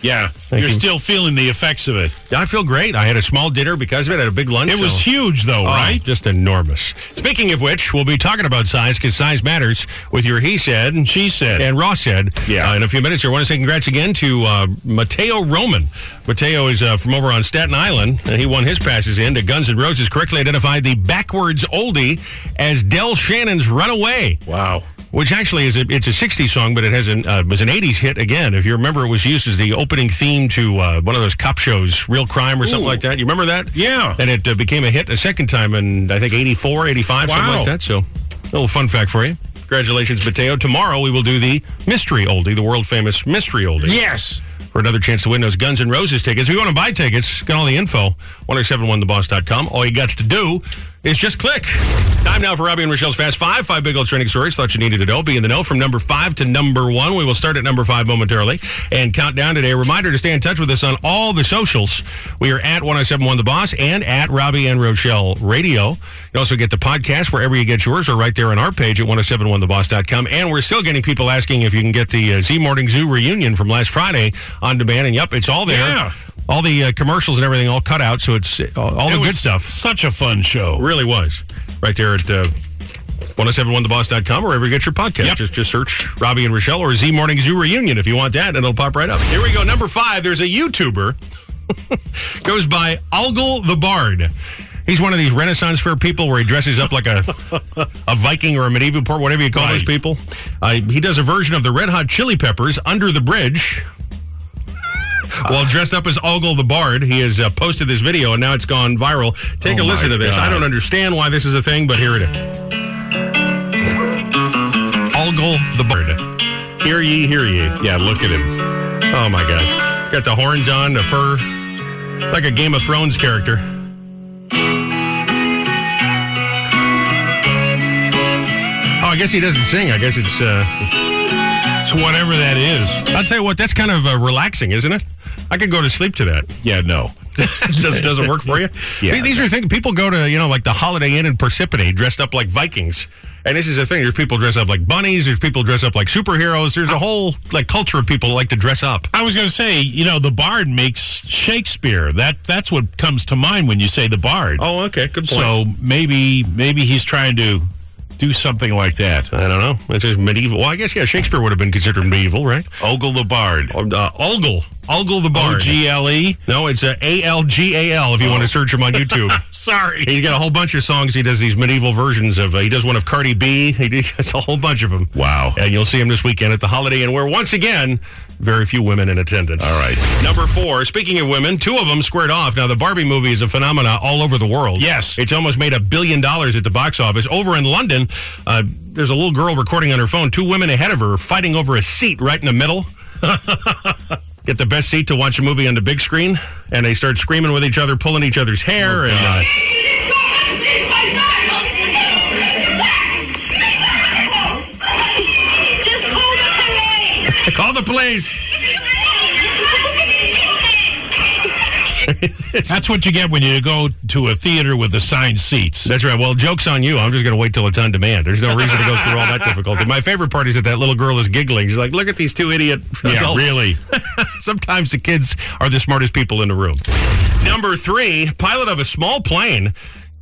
Speaker 2: Yeah. You're
Speaker 1: you.
Speaker 2: still feeling the effects of it.
Speaker 1: I feel great. I had a small dinner because of it. I had a big lunch.
Speaker 2: It was
Speaker 1: so-
Speaker 2: huge, though,
Speaker 1: Oh,
Speaker 2: right?
Speaker 1: Just enormous. Speaking of which, we'll be talking about size because size matters with your he said, and she said, and Ross said.
Speaker 2: Yeah.
Speaker 1: Uh, in a few minutes here, I want to say congrats again to uh, Mateo Roman. Mateo is uh, from over on Staten Island, and he won his passes in to Guns N' Roses. Correctly identified the backwards oldie as Del Shannon's "Runaway."
Speaker 2: Wow.
Speaker 1: Which actually is a, it's a '60s song, but it has an uh, was an '80s hit again. If you remember, it was used as the opening theme to uh, one of those cop shows, Real Crime or something
Speaker 2: Ooh.
Speaker 1: like that. You remember that?
Speaker 2: Yeah.
Speaker 1: And it uh, became a hit a second time in I think '84, '85, something
Speaker 2: Wow.
Speaker 1: like that. So, a little fun fact for you. Congratulations, Mateo. Tomorrow we will do the mystery oldie, the world famous mystery oldie
Speaker 2: Yes.
Speaker 1: for another chance to win those Guns N' Roses tickets. If you want to buy tickets, get all the info, 1071theboss.com. All you got to do It's just click. Time now for Robbie and Rochelle's Fast Five. Five big old trending stories. Thought you needed to know. Be in the know from number five to number one. We will start at number five momentarily and count down today. A reminder to stay in touch with us on all the socials. We are at 1071 The Boss and at Robbie and Rochelle Radio. You also get the podcast wherever you get yours or right there on our page at 1071theboss.com. And we're still getting people asking if you can get the uh, Z Morning Zoo reunion from last Friday on demand. And yep, it's all there.
Speaker 2: Yeah.
Speaker 1: All the uh, commercials and everything all cut out. So it's uh, all, all the
Speaker 2: It
Speaker 1: good
Speaker 2: was
Speaker 1: stuff
Speaker 2: Such a fun show.
Speaker 1: really was. Right there at uh, 1071theboss.com or wherever you get your podcast.
Speaker 2: Yep.
Speaker 1: Just just search Robbie and Rochelle or Z Morning Zoo Reunion if you want that, and it'll pop right up. Here we go. Number five, there's a YouTuber. goes by Algal the Bard. He's one of these Renaissance fair people where he dresses up like a a Viking or a medieval port, whatever you call those
Speaker 2: Right.
Speaker 1: people. Uh, he does a version of the Red Hot Chili Peppers under the bridge. While dressed up as Ogle the Bard, he has uh, posted this video and now it's gone viral. Take
Speaker 2: Oh
Speaker 1: a listen
Speaker 2: my
Speaker 1: to this. I
Speaker 2: God.
Speaker 1: don't understand why this is a thing, but here it is. Ogle the Bard. Hear ye, hear ye.
Speaker 2: Yeah, look at him.
Speaker 1: Oh my God. Got the horns on, the fur, like a Game of Thrones character. Oh, I guess he doesn't sing. I guess it's. Uh,
Speaker 2: It's whatever that is.
Speaker 1: I'll tell you what, that's kind of uh, relaxing, isn't it? I could go to sleep to that.
Speaker 2: Yeah, no.
Speaker 1: It just doesn't work for you.
Speaker 2: Yeah.
Speaker 1: These are things people go to, you know, like the Holiday Inn in Persephone dressed up like Vikings. And this is the thing. There's people dress up like bunnies. There's people dress up like superheroes. There's a whole like culture of people like to dress up.
Speaker 2: I was going to say, you know, the bard makes Shakespeare. That that's what comes to mind when you say the bard.
Speaker 1: Oh, okay, good
Speaker 2: so maybe maybe he's trying to do something like that.
Speaker 1: I don't know. It's just medieval. Well, I guess yeah, Shakespeare would have been considered medieval, right?
Speaker 2: Ogle the bard.
Speaker 1: Uh, Ogle, Ogle the
Speaker 2: O
Speaker 1: Bard.
Speaker 2: G L E.
Speaker 1: No, it's uh, A L G A L. If you want to search him on YouTube,
Speaker 2: Oh. Sorry.
Speaker 1: he's got a whole bunch of songs. He does these medieval versions of. Uh, he does one of Cardi B. He does a whole bunch of them.
Speaker 2: Wow.
Speaker 1: And you'll see him this weekend at the Holiday Inn, where once again, very few women in attendance.
Speaker 2: All right.
Speaker 1: Number four, speaking of women, two of them squared off. Now, the Barbie movie is a phenomenon all over the world.
Speaker 2: Yes.
Speaker 1: It's almost made a billion dollars at the box office. Over in London, uh, there's a little girl recording on her phone, two women ahead of her are fighting over a seat right in the middle. Get the best seat to watch a movie on the big screen, and they start screaming with each other, pulling each other's hair,
Speaker 2: Oh,
Speaker 1: and uh,
Speaker 10: Just hold up her leg.
Speaker 1: call the police.
Speaker 2: That's what you get when you go to a theater with assigned seats.
Speaker 1: That's right. Well, joke's on you. I'm just going to wait till it's on demand. There's no reason to go through all that difficulty. My favorite part is that that little girl is giggling. She's like, look at these two idiot adults. Sometimes the kids are the smartest people in the room. Number three, pilot of a small plane.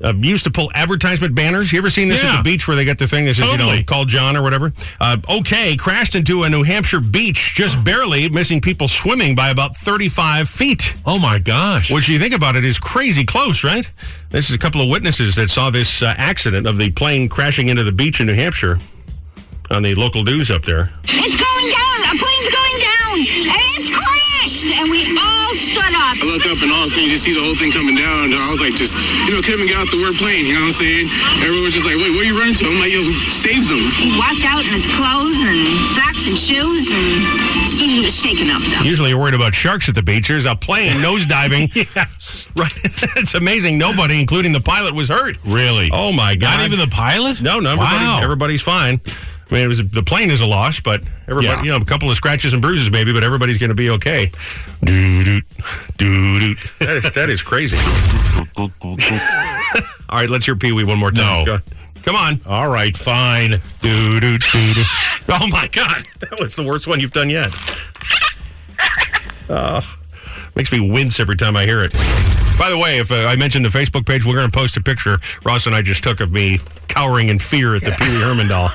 Speaker 1: Uh, used to pull advertisement banners. You ever seen this at
Speaker 2: Yeah.
Speaker 1: the beach where they got the thing that says, you know,
Speaker 2: Totally.
Speaker 1: call John or whatever? Uh, okay, crashed into a New Hampshire beach just barely, missing people swimming by about 35 feet.
Speaker 2: Oh my gosh.
Speaker 1: Which you think about it is crazy close, right? This is a couple of witnesses that saw this uh, accident of the plane crashing into the beach in New Hampshire on the local news up there.
Speaker 10: It's going down. A plane's going down. And it's crashed. And we all stood up.
Speaker 11: I look up and all of a sudden you just see the whole thing coming down. And I was like, just, you know, couldn't even get out the word plane, you know what I'm saying? Everyone's just like, wait, where you running to? I'm like, yo, save them.
Speaker 10: He walked out in his clothes and socks and shoes and he was shaken up though.
Speaker 1: Usually you're worried about sharks at the beach. There's a plane nosediving.
Speaker 2: yes.
Speaker 1: Right. it's amazing. Nobody, including the pilot, was hurt.
Speaker 2: Really?
Speaker 1: Oh, my God.
Speaker 2: Not even the pilot?
Speaker 1: No, no, everybody,
Speaker 2: Wow.
Speaker 1: everybody's fine. I mean, it was the plane is a loss, but everybody,
Speaker 2: Yeah.
Speaker 1: you know, a couple of scratches and bruises, maybe, but everybody's going to be okay. Doo doot, doo doot. That is, that is crazy. All right, let's hear Pee Wee one more time.
Speaker 2: No.
Speaker 1: Go. Come on.
Speaker 2: All right, fine.
Speaker 1: Doo doot, doo doot. Oh my God, that was the worst one you've done yet. Makes me wince every time I hear it. By the way, if uh, I mentioned the Facebook page, we're going to post a picture Ross and I just took of me cowering in fear at the Pee Wee Herman doll.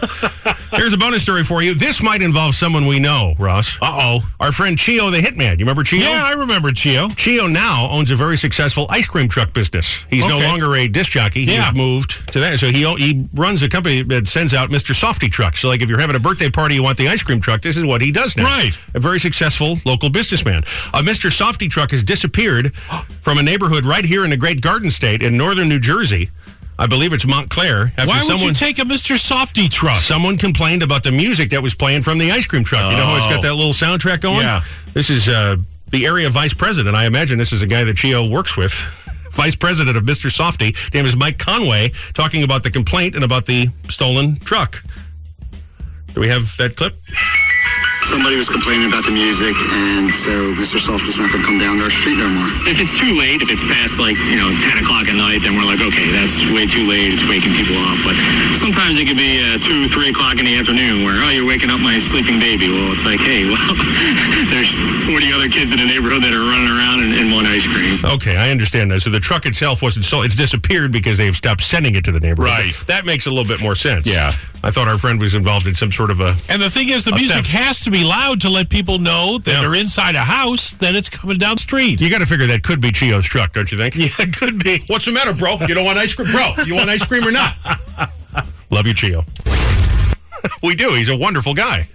Speaker 1: Here's a bonus story for you. This might involve someone we know, Ross.
Speaker 2: Uh oh.
Speaker 1: Our friend Chio the Hitman. You remember Chio?
Speaker 2: Yeah, I remember Chio.
Speaker 1: Chio now owns a very successful ice cream truck business. He's no
Speaker 2: Okay.
Speaker 1: longer a disc jockey. He's
Speaker 2: Yeah.
Speaker 1: moved to that. So he he runs a company that sends out Mr. Softy trucks. So like if you're having a birthday party, you want the ice cream truck. This is what he does now.
Speaker 2: Right.
Speaker 1: A very successful local businessman. A Mr. Softy truck has disappeared from a neighborhood right here in the Great Garden State in northern New Jersey. I believe it's Montclair. After
Speaker 2: Why would
Speaker 1: someone
Speaker 2: you take a Mr. Softy truck?
Speaker 1: Someone complained about the music that was playing from the ice cream truck. You know how it's got that little soundtrack going?
Speaker 2: Oh. Yeah.
Speaker 1: This is uh, the area vice president. I imagine this is a guy that Chio works with Vice President of Mr. Softy, named is Mike Conway, talking about the complaint and about the stolen truck. Do we have that clip?
Speaker 11: Somebody was complaining about the music, and so Mr. Soft is not going to come down our street no more.
Speaker 12: If it's too late, if it's past like, you know, 10 o'clock at night, then we're like, okay, that's way too late. It's waking people up. But sometimes it could be uh, 2, 3 o'clock in the afternoon where, oh, you're waking up my sleeping baby. Well, it's like, hey, well, there's 40 other kids in the neighborhood that are running around and, and want ice cream.
Speaker 1: Okay, I understand that. So the truck itself wasn't sold; it's disappeared because they've stopped sending it to the neighborhood.
Speaker 2: Right.
Speaker 1: That makes a little bit more sense.
Speaker 2: Yeah.
Speaker 1: I thought our friend was involved in some sort of a.
Speaker 2: And the thing is, the
Speaker 1: A
Speaker 2: music
Speaker 1: theft.
Speaker 2: has to be loud to let people know that they're inside a house, that it's coming down street.
Speaker 1: You got to figure that could be Chio's truck, don't you think?
Speaker 2: Yeah, it could be.
Speaker 1: What's the matter, bro? You don't want ice cream, bro? You want ice cream or not? Love you, Chio. we do. He's a wonderful guy.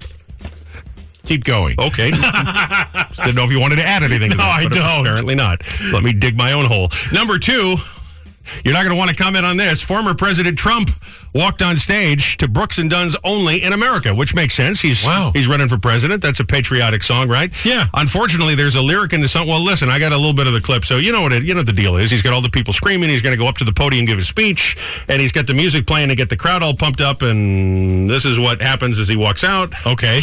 Speaker 2: Keep going.
Speaker 1: Okay. Just didn't know if you wanted to add anything. to
Speaker 2: No,
Speaker 1: that,
Speaker 2: I
Speaker 1: but
Speaker 2: don't.
Speaker 1: Apparently not. Let me dig my own hole. Number two, you're not going to want to comment on this. Former President Trump walked on stage to Brooks and Dunn's "Only in America," which makes sense. He's
Speaker 2: Wow.
Speaker 1: he's running for president. That's a patriotic song, right?
Speaker 2: Yeah.
Speaker 1: Unfortunately, there's a lyric in the song. Well, listen, I got a little bit of the clip, so you know what it, you know what the deal is. He's got all the people screaming. He's going to go up to the podium, give a speech, and he's got the music playing to get the crowd all pumped up. And this is what happens as he walks out.
Speaker 2: Okay.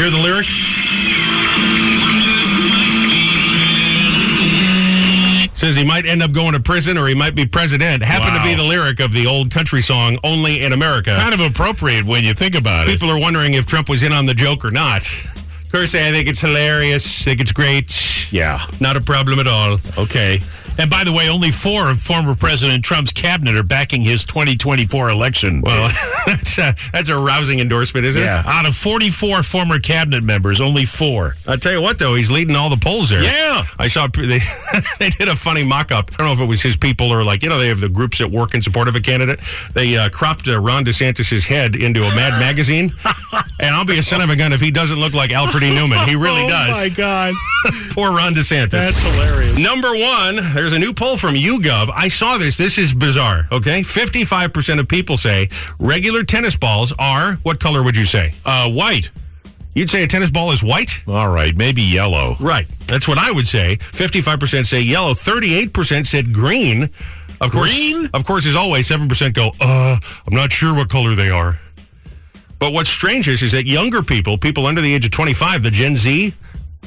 Speaker 1: Hear the lyric? Says he might end up going to prison or he might be president. Happened
Speaker 2: Wow.
Speaker 1: to be the lyric of the old country song "Only in America."
Speaker 2: Kind of appropriate when you think about it.
Speaker 1: People are wondering if Trump was in on the joke or not. Of course, I think it's hilarious. I think it's great.
Speaker 2: Yeah.
Speaker 1: Not a problem at all.
Speaker 2: Okay. And by the way, only four of former President Trump's cabinet are backing his 2024 election.
Speaker 1: Well, that's a, that's a rousing endorsement, isn't
Speaker 2: yeah.
Speaker 1: it?
Speaker 2: Out of 44 former cabinet members, only four.
Speaker 1: I tell you what, though, he's leading all the polls there.
Speaker 2: Yeah.
Speaker 1: I saw they they did a funny mock-up. I don't know if it was his people or like you know they have the groups that work in support of a candidate. They uh, cropped uh, Ron DeSantis's head into a Mad magazine, and I'll be a son of a gun if he doesn't look like Alfred E. Newman. He really
Speaker 2: oh
Speaker 1: does.
Speaker 2: my God.
Speaker 1: Poor Ron DeSantis.
Speaker 2: That's hilarious.
Speaker 1: Number one, there's a new poll from YouGov. I saw this. This is bizarre. Okay, 55% of people say regular tennis balls are what color would you say?
Speaker 2: Uh, white.
Speaker 1: You'd say a tennis ball is white.
Speaker 2: All right. Maybe yellow.
Speaker 1: Right. That's what I would say. 55% say yellow, 38% said green. Of course,
Speaker 2: Green?
Speaker 1: Of course, as always, 7% go, uh, I'm not sure what color they are. But what's strange is, is that younger people, people under the age of 25, the Gen Z,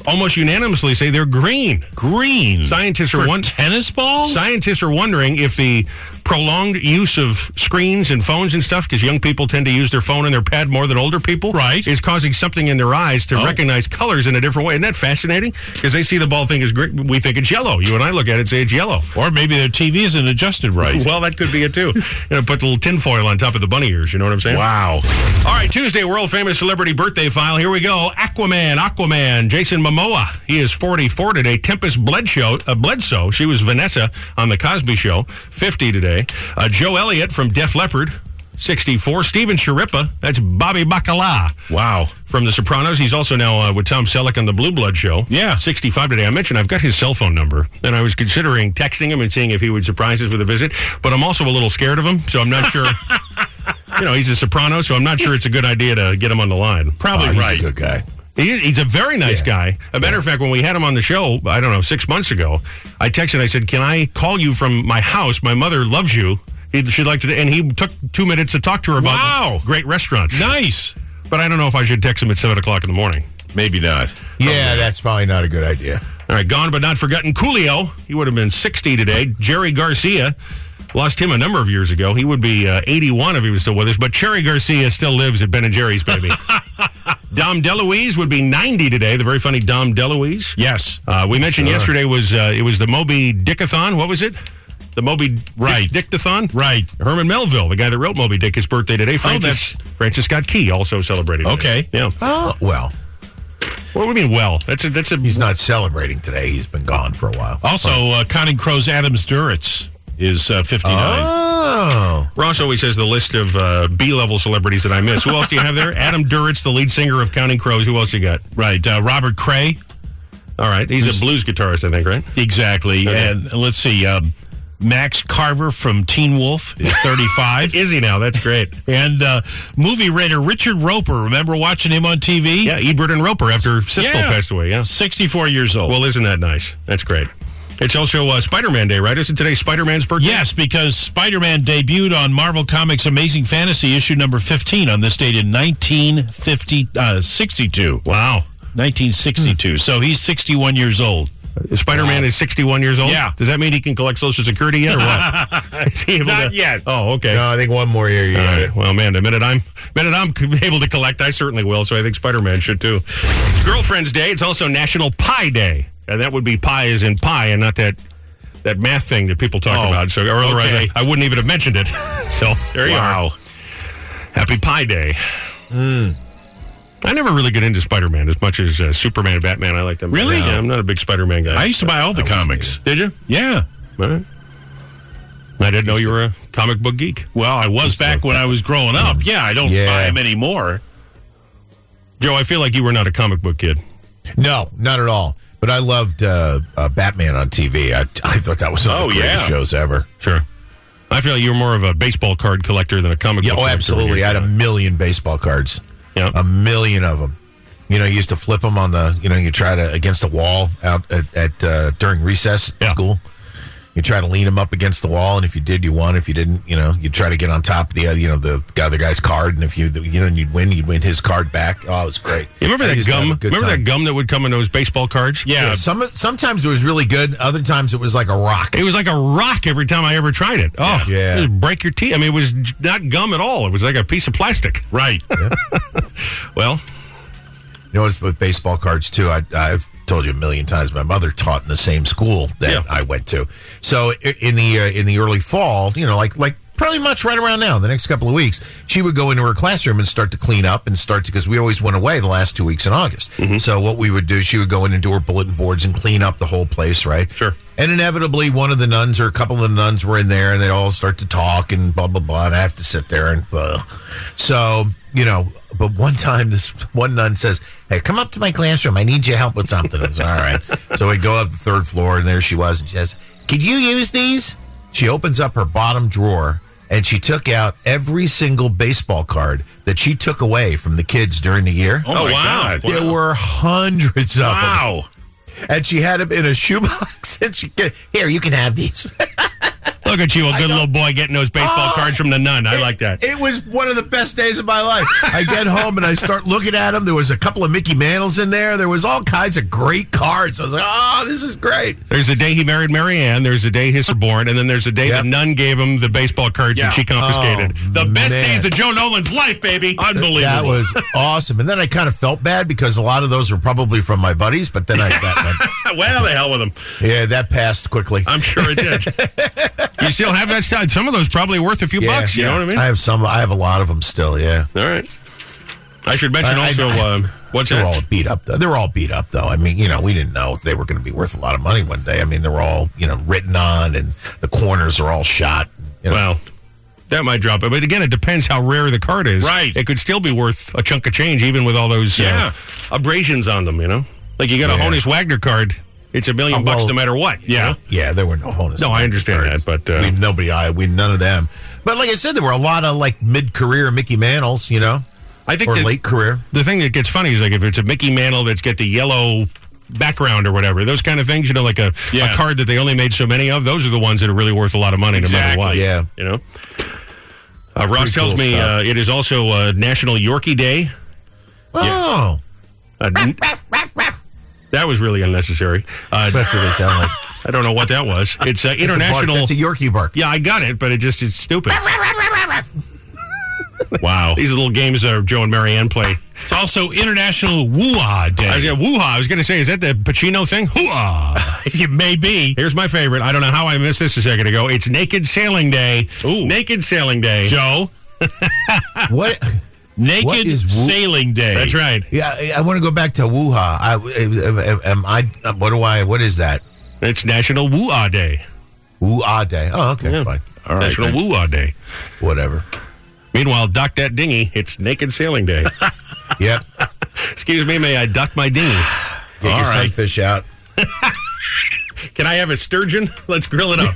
Speaker 1: almost unanimously say they're green.
Speaker 2: Green.
Speaker 1: Scientists are
Speaker 2: For
Speaker 1: one.
Speaker 2: tennis balls?
Speaker 1: Scientists are wondering if the prolonged use of screens and phones and stuff, because young people tend to use their phone and their pad more than older people,
Speaker 2: Right. Oh.
Speaker 1: is causing something in their eyes to recognize colors in a different way. Isn't that fascinating? Because they see the ball thing as green, we think it's yellow. You and I look at it and say it's yellow.
Speaker 2: or maybe their TV isn't adjusted right.
Speaker 1: Well, that could be it too. you know, put the little tinfoil on top of the bunny ears. You know what I'm saying?
Speaker 2: Wow.
Speaker 1: All right, Tuesday, world famous celebrity birthday file. Here we go. Aquaman, Aquaman, Jason Momoa. He is 44 today. Tempest Bledsoe, uh, Bledsoe. She was Vanessa on The Cosby Show, 50 today. Uh, Joe Elliott from Def Leppard, 64. Steven Sharippa, that's Bobby Bacala
Speaker 2: Wow.
Speaker 1: from The Sopranos. He's also now uh, with Tom Selleck on The Blue Blood Show.
Speaker 2: Yeah.
Speaker 1: 65 today. I mentioned I've got his cell phone number, and I was considering texting him and seeing if he would surprise us with a visit, but I'm also a little scared of him, so I'm not sure. you know, he's a soprano, so I'm not sure it's a good idea to get him on the line.
Speaker 2: Probably
Speaker 3: Oh, he's
Speaker 2: right.
Speaker 3: a good guy.
Speaker 1: He, he's a very nice guy. A matter of fact, when we had him on the show, I don't know, six months ago, I texted. I said, "Can I call you from my house? My mother loves you. He, she'd like to." And he took two minutes to talk to her about
Speaker 2: Wow.
Speaker 1: great restaurants.
Speaker 2: Nice.
Speaker 1: But I don't know if I should text him at seven o'clock in the morning.
Speaker 2: Maybe not.
Speaker 3: Yeah, that's probably not a good idea.
Speaker 1: All right, gone but not forgotten. Coolio, he would have been 60 today. Jerry Garcia, lost him a number of years ago. He would be uh, 81 if he was still with us, but Jerry Garcia still lives at Ben and Jerry's, baby. Dom DeLuise would be 90 today, the very funny Dom DeLuise.
Speaker 2: Yes.
Speaker 1: Uh, we mentioned
Speaker 2: Sure.
Speaker 1: yesterday was uh, it was the Moby Dickathon. What was it? The Moby Dick-
Speaker 2: Right.
Speaker 1: Dickathon?
Speaker 2: Right. Oh,
Speaker 1: Herman Melville, the guy that wrote Moby Dick, his birthday today. Francis, Francis Scott Key also celebrated. today.
Speaker 2: Okay.
Speaker 1: Yeah.
Speaker 3: Oh well,
Speaker 1: What do we mean? Well, that's a that's a
Speaker 3: he's not celebrating today. He's been gone for a while.
Speaker 2: Also, uh, Counting Crows Adams Duritz is uh, 59.
Speaker 3: Oh,
Speaker 1: Ross always has the list of uh, B-level celebrities that I miss. Who else do you have there? Adam Duritz, the lead singer of Counting Crows. Who else you got?
Speaker 2: Right. Uh, Robert Cray.
Speaker 1: All right, he's a blues guitarist, I think, right?
Speaker 2: Exactly.
Speaker 1: Okay.
Speaker 2: And let's see. Um, Max Carver from Teen Wolf is 35.
Speaker 1: is he now? That's great.
Speaker 2: And uh, movie writer Richard Roper. Remember watching him on TV?
Speaker 1: Yeah, Ebert and Roper after Siskel passed away. Yeah,
Speaker 2: 64 years old.
Speaker 1: Well, isn't that nice? That's great. It's also uh, Spider Man Day, right? Isn't today Spider Man's birthday?
Speaker 2: Yes, because Spider Man debuted on Marvel Comics Amazing Fantasy issue number 15 on this date in 1962. Uh, 62.
Speaker 1: Wow.
Speaker 2: 1962. So he's 61 years old.
Speaker 1: Spider Man is 61 years old?
Speaker 2: Yeah.
Speaker 1: Does that mean he can collect Social Security yet or what? Is he able
Speaker 2: Not yet.
Speaker 1: Oh, okay.
Speaker 3: No, I think one more year. You
Speaker 1: All
Speaker 3: got
Speaker 1: right.
Speaker 3: it.
Speaker 1: Well, man, the minute I'm minute I'm able to collect, I certainly will. So I think Spider Man should too. It's Girlfriend's Day. It's also National Pie Day, and that would be pie as in pie, and not that that math thing that people talk
Speaker 2: Oh,
Speaker 1: about. So, or otherwise,
Speaker 2: okay.
Speaker 1: I, I wouldn't even have mentioned it. so there you
Speaker 2: Wow. Hmm.
Speaker 1: are. Happy Pie Day. I never really get into Spider Man as much as uh, Superman, Batman. I like them.
Speaker 2: Really?
Speaker 1: Yeah, I'm not a big Spider Man guy.
Speaker 2: I used to buy all the comics.
Speaker 1: Did you?
Speaker 2: Yeah.
Speaker 1: All right. I didn't know you were a comic book geek.
Speaker 2: Well, I was back when I was growing up. Yeah, I don't
Speaker 3: Yeah.
Speaker 2: buy them anymore.
Speaker 1: Joe, I feel like you were not a comic book kid.
Speaker 3: No, not at all. But I loved uh, uh, Batman on TV. I, I thought that was one
Speaker 2: Oh,
Speaker 3: of the greatest
Speaker 2: yeah.
Speaker 3: shows ever.
Speaker 1: Sure. I feel like you're more of a baseball card collector than a comic
Speaker 3: Yeah,
Speaker 1: book
Speaker 3: oh,
Speaker 1: collector.
Speaker 3: absolutely. I had a million baseball cards.
Speaker 1: Yeah.
Speaker 3: a million of them. You know, you used to flip them on the. You know, you try to against the wall out at, at uh, during recess at
Speaker 1: Yeah.
Speaker 3: school. You try to lean them up against the wall, and if you did, you won. If you didn't, you know, you try to get on top of the other, you know, the guy, the guy's card, and if you, you know, and you'd win, you'd win his card back. Oh, it was great.
Speaker 1: You remember
Speaker 3: I
Speaker 1: that
Speaker 3: used to have a
Speaker 1: gum?
Speaker 3: good
Speaker 1: Remember
Speaker 3: time.
Speaker 1: that gum that would come in those baseball cards?
Speaker 3: Yeah, some sometimes it was really good. Other times it was like a rock.
Speaker 1: It was like a rock every time I ever tried it. Oh,
Speaker 3: Yeah.
Speaker 1: It would break your teeth. I mean, it was j- not gum at all. It was like a piece of plastic.
Speaker 2: Right.
Speaker 1: Well,
Speaker 3: You know, it's with baseball cards too. I, I've told you a million times. My mother taught in the same school that
Speaker 1: Yeah.
Speaker 3: I went to. So i- in the uh, in the early fall, you know, like like pretty much right around now, the next couple of weeks, she would go into her classroom and start to clean up and start to because we always went away the last two weeks in August.
Speaker 1: Mm-hmm.
Speaker 3: So what we would do, she would go in and do her bulletin boards and clean up the whole place, right?
Speaker 1: Sure.
Speaker 3: And inevitably, one of the nuns or a couple of the nuns were in there, and they all start to talk and blah blah blah. And I have to sit there and blah. So you know, but one time this one nun says, "Hey, come up to my classroom. I need your help with something." I was all right. So we go up the third floor, and there she was, and she says, "Could you use these?" She opens up her bottom drawer. And she took out every single baseball card that she took away from the kids during the year.
Speaker 2: Oh, my God.
Speaker 3: There were hundreds of them
Speaker 2: Wow.
Speaker 3: and she had him in a shoebox, and she get here. You can have these.
Speaker 1: look at you, a good little boy getting those baseball
Speaker 3: Oh.
Speaker 1: cards from the nun. I like that.
Speaker 3: It was one of the best days of my life. I get home and I start looking at them. There was a couple of Mickey Mantles in there. There was all kinds of great cards. I was like, oh, this is great.
Speaker 1: There's the day he married Marianne. There's the day his born, and then there's the day
Speaker 3: Yep.
Speaker 1: the nun gave him the baseball cards
Speaker 2: Yeah.
Speaker 1: that she confiscated.
Speaker 3: Oh,
Speaker 1: the best
Speaker 3: man.
Speaker 1: days of Joe Nolan's life, baby.
Speaker 2: Unbelievable.
Speaker 3: That was awesome. And then I kind of felt bad because a lot of those were probably from my buddies. But then I that
Speaker 1: well, the hell with him.
Speaker 3: one, yeah, that passed quickly.
Speaker 1: I'm sure it did. you still have that side. Some of those probably worth a few
Speaker 3: Yeah,
Speaker 1: bucks. You know what I mean?
Speaker 3: I have some. I have a lot of them still. Yeah.
Speaker 1: All right. I should mention
Speaker 3: I- I-
Speaker 1: also
Speaker 3: I-
Speaker 1: um, what's
Speaker 3: They're
Speaker 1: that?
Speaker 3: all beat up. Though. They're all beat up, though. I mean, you know, we didn't know if they were going to be worth a lot of money one day. I mean, they're all you know written on, and the corners are all shot. You know.
Speaker 1: well, that might drop it, but again, it depends how rare the card is.
Speaker 2: Right.
Speaker 1: it could still be worth a chunk of change, even with all those
Speaker 2: Yeah.
Speaker 1: uh, abrasions on them. You know, like you got a
Speaker 3: Yeah.
Speaker 1: Honus Wagner card, it's a million
Speaker 3: Uh,
Speaker 1: bucks
Speaker 3: well,
Speaker 1: no matter what. you know?
Speaker 3: yeah, there were no honus.
Speaker 1: No, I understand that, but, uh,
Speaker 3: we, nobody, I, we none of them. But like I said, there were a lot of like mid-career Mickey Mantles, you know,
Speaker 1: I think
Speaker 3: or
Speaker 1: that-
Speaker 3: late career.
Speaker 1: the thing that gets funny is like if it's a Mickey Mantle that's got the yellow background or whatever, those kind of things, you know, like a,
Speaker 2: Yeah.
Speaker 1: a card that they only made so many of, those are the ones that are really worth a lot of money
Speaker 2: Exactly,
Speaker 1: no matter what.
Speaker 3: yeah.
Speaker 1: You know? Uh, Ross
Speaker 3: Pretty cool
Speaker 1: tells me uh,
Speaker 3: stuff.
Speaker 1: it is also uh, National Yorkie Day.
Speaker 3: Oh,
Speaker 1: Uh, n- that was really unnecessary. Uh,
Speaker 3: that's what they sound like.
Speaker 1: I don't know what that was. It's uh,
Speaker 3: It's a bark.
Speaker 1: international.
Speaker 3: That's a Yorkie bark.
Speaker 1: yeah, I got it, but it just it's stupid.
Speaker 2: Wow.
Speaker 1: These little games that Joe and Marianne play.
Speaker 2: It's also International Woo-Ah
Speaker 1: I was,
Speaker 2: Day.
Speaker 1: uh, woo-ha. I was going to say, is that the Pacino thing? Hoo-ah.
Speaker 2: It may be.
Speaker 1: Here's my favorite. I don't know how I missed this a second ago. It's Naked Sailing Day.
Speaker 2: Ooh.
Speaker 1: Naked Sailing Day.
Speaker 2: Joe,
Speaker 3: What?
Speaker 2: Naked
Speaker 3: is woo-
Speaker 2: Sailing Day.
Speaker 1: That's right.
Speaker 3: Yeah, I, I want to go back to Wuha. I, I- I- am I? What do I? What is that?
Speaker 1: It's National Woo-Ah Day.
Speaker 3: Wuha day. Oh, okay, fine. All right,
Speaker 1: National Woo-Ah Day.
Speaker 3: whatever.
Speaker 1: Meanwhile, duck that dinghy. It's Naked Sailing Day.
Speaker 3: Yep.
Speaker 1: Excuse me, may I duck my dinghy?
Speaker 3: Get
Speaker 2: All
Speaker 3: your
Speaker 2: right.
Speaker 3: sunfish out.
Speaker 1: Can I have a sturgeon? Let's grill it up.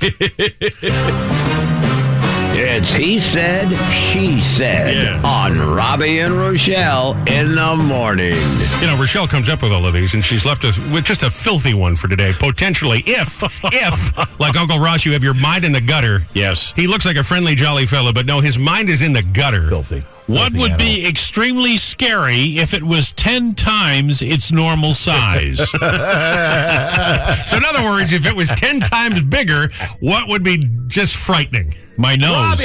Speaker 13: It's He Said, She Said
Speaker 1: Yes.
Speaker 13: on Robbie and Rochelle in the morning.
Speaker 1: You know, Rochelle comes up with all of these, and she's left us with just a filthy one for today. Potentially, if, if, like Uncle Ross, you have your mind in the gutter.
Speaker 2: Yes.
Speaker 1: He looks like a friendly, jolly fellow, but no, his mind is in the gutter.
Speaker 3: Filthy.
Speaker 2: What would be extremely scary if it was 10 times its normal size?
Speaker 1: so, in other words, if it was 10 times bigger, what would be just frightening?
Speaker 2: My nose.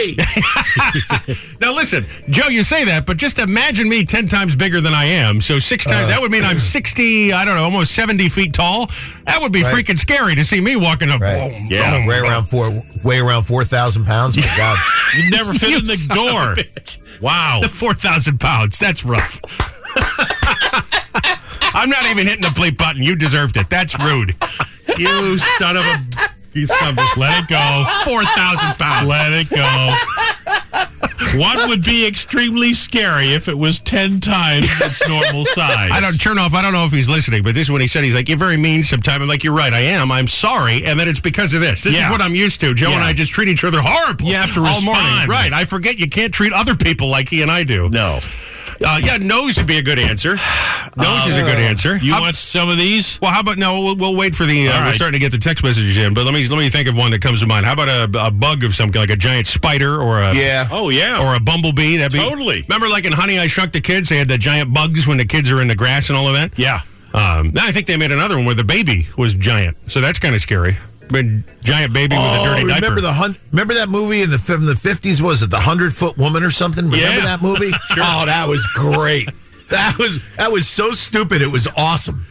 Speaker 1: now, listen, Joe, you say that, but just imagine me 10 times bigger than I am. So, six times, that would mean I'm 60, I don't know, almost 70 feet tall. That would be
Speaker 3: Right.
Speaker 1: freaking scary to see me walking up.
Speaker 2: Oh,
Speaker 1: Boom, boom,
Speaker 3: way around four, way around four thousand pounds. My God,
Speaker 2: You'd never fit
Speaker 1: You
Speaker 2: in the
Speaker 1: son of
Speaker 2: door.
Speaker 1: a bitch.
Speaker 2: Wow.
Speaker 1: The 4,000 pounds. That's rough. I'm not even hitting the plate button. You deserved it. That's rude. You son of a. You son of a-
Speaker 2: Let it go.
Speaker 1: 4,000 pounds.
Speaker 2: Let it go. What would be extremely scary if it was 10 times its normal size?
Speaker 1: I don't turn off. I don't know if he's listening, but this is when he said he's like, "You're very mean sometimes." I'm like, "You're right. I am. I'm sorry." And then it's because of this. This
Speaker 2: Yeah.
Speaker 1: is what I'm used to. Joe and
Speaker 2: Yeah.
Speaker 1: I just treat each other horrible.
Speaker 2: You have to
Speaker 1: all morning,
Speaker 2: respond.
Speaker 1: right? I forget you can't treat other people like he and I do.
Speaker 2: No.
Speaker 1: Uh, yeah, nose would be a good answer. Nose is a good answer.
Speaker 2: Uh, You
Speaker 1: How-
Speaker 2: want some of these?
Speaker 1: well, how about no? We'll, we'll wait for the. Uh,
Speaker 2: All
Speaker 1: We're
Speaker 2: right.
Speaker 1: starting to get the text messages in, but let me let me think of one that comes to mind. How about a, a bug of some kind, like a giant spider or a
Speaker 3: Yeah.
Speaker 2: Oh, yeah.
Speaker 1: or a bumblebee? That'd be
Speaker 2: Totally.
Speaker 1: Remember, like in Honey I Shrunk the Kids, they had the giant bugs when the kids are in the grass and all of that.
Speaker 2: yeah.
Speaker 1: Um, now I think they made another one where the baby was giant, so that's kind of scary. But giant baby with a
Speaker 3: Oh,
Speaker 1: dirty
Speaker 3: remember
Speaker 1: diaper.
Speaker 3: the hun- remember that movie in the from the fifties? Was it the Hundred Foot Woman or something? Remember
Speaker 1: Yeah.
Speaker 3: that movie? Oh, that was great. that was that was so stupid. It was awesome.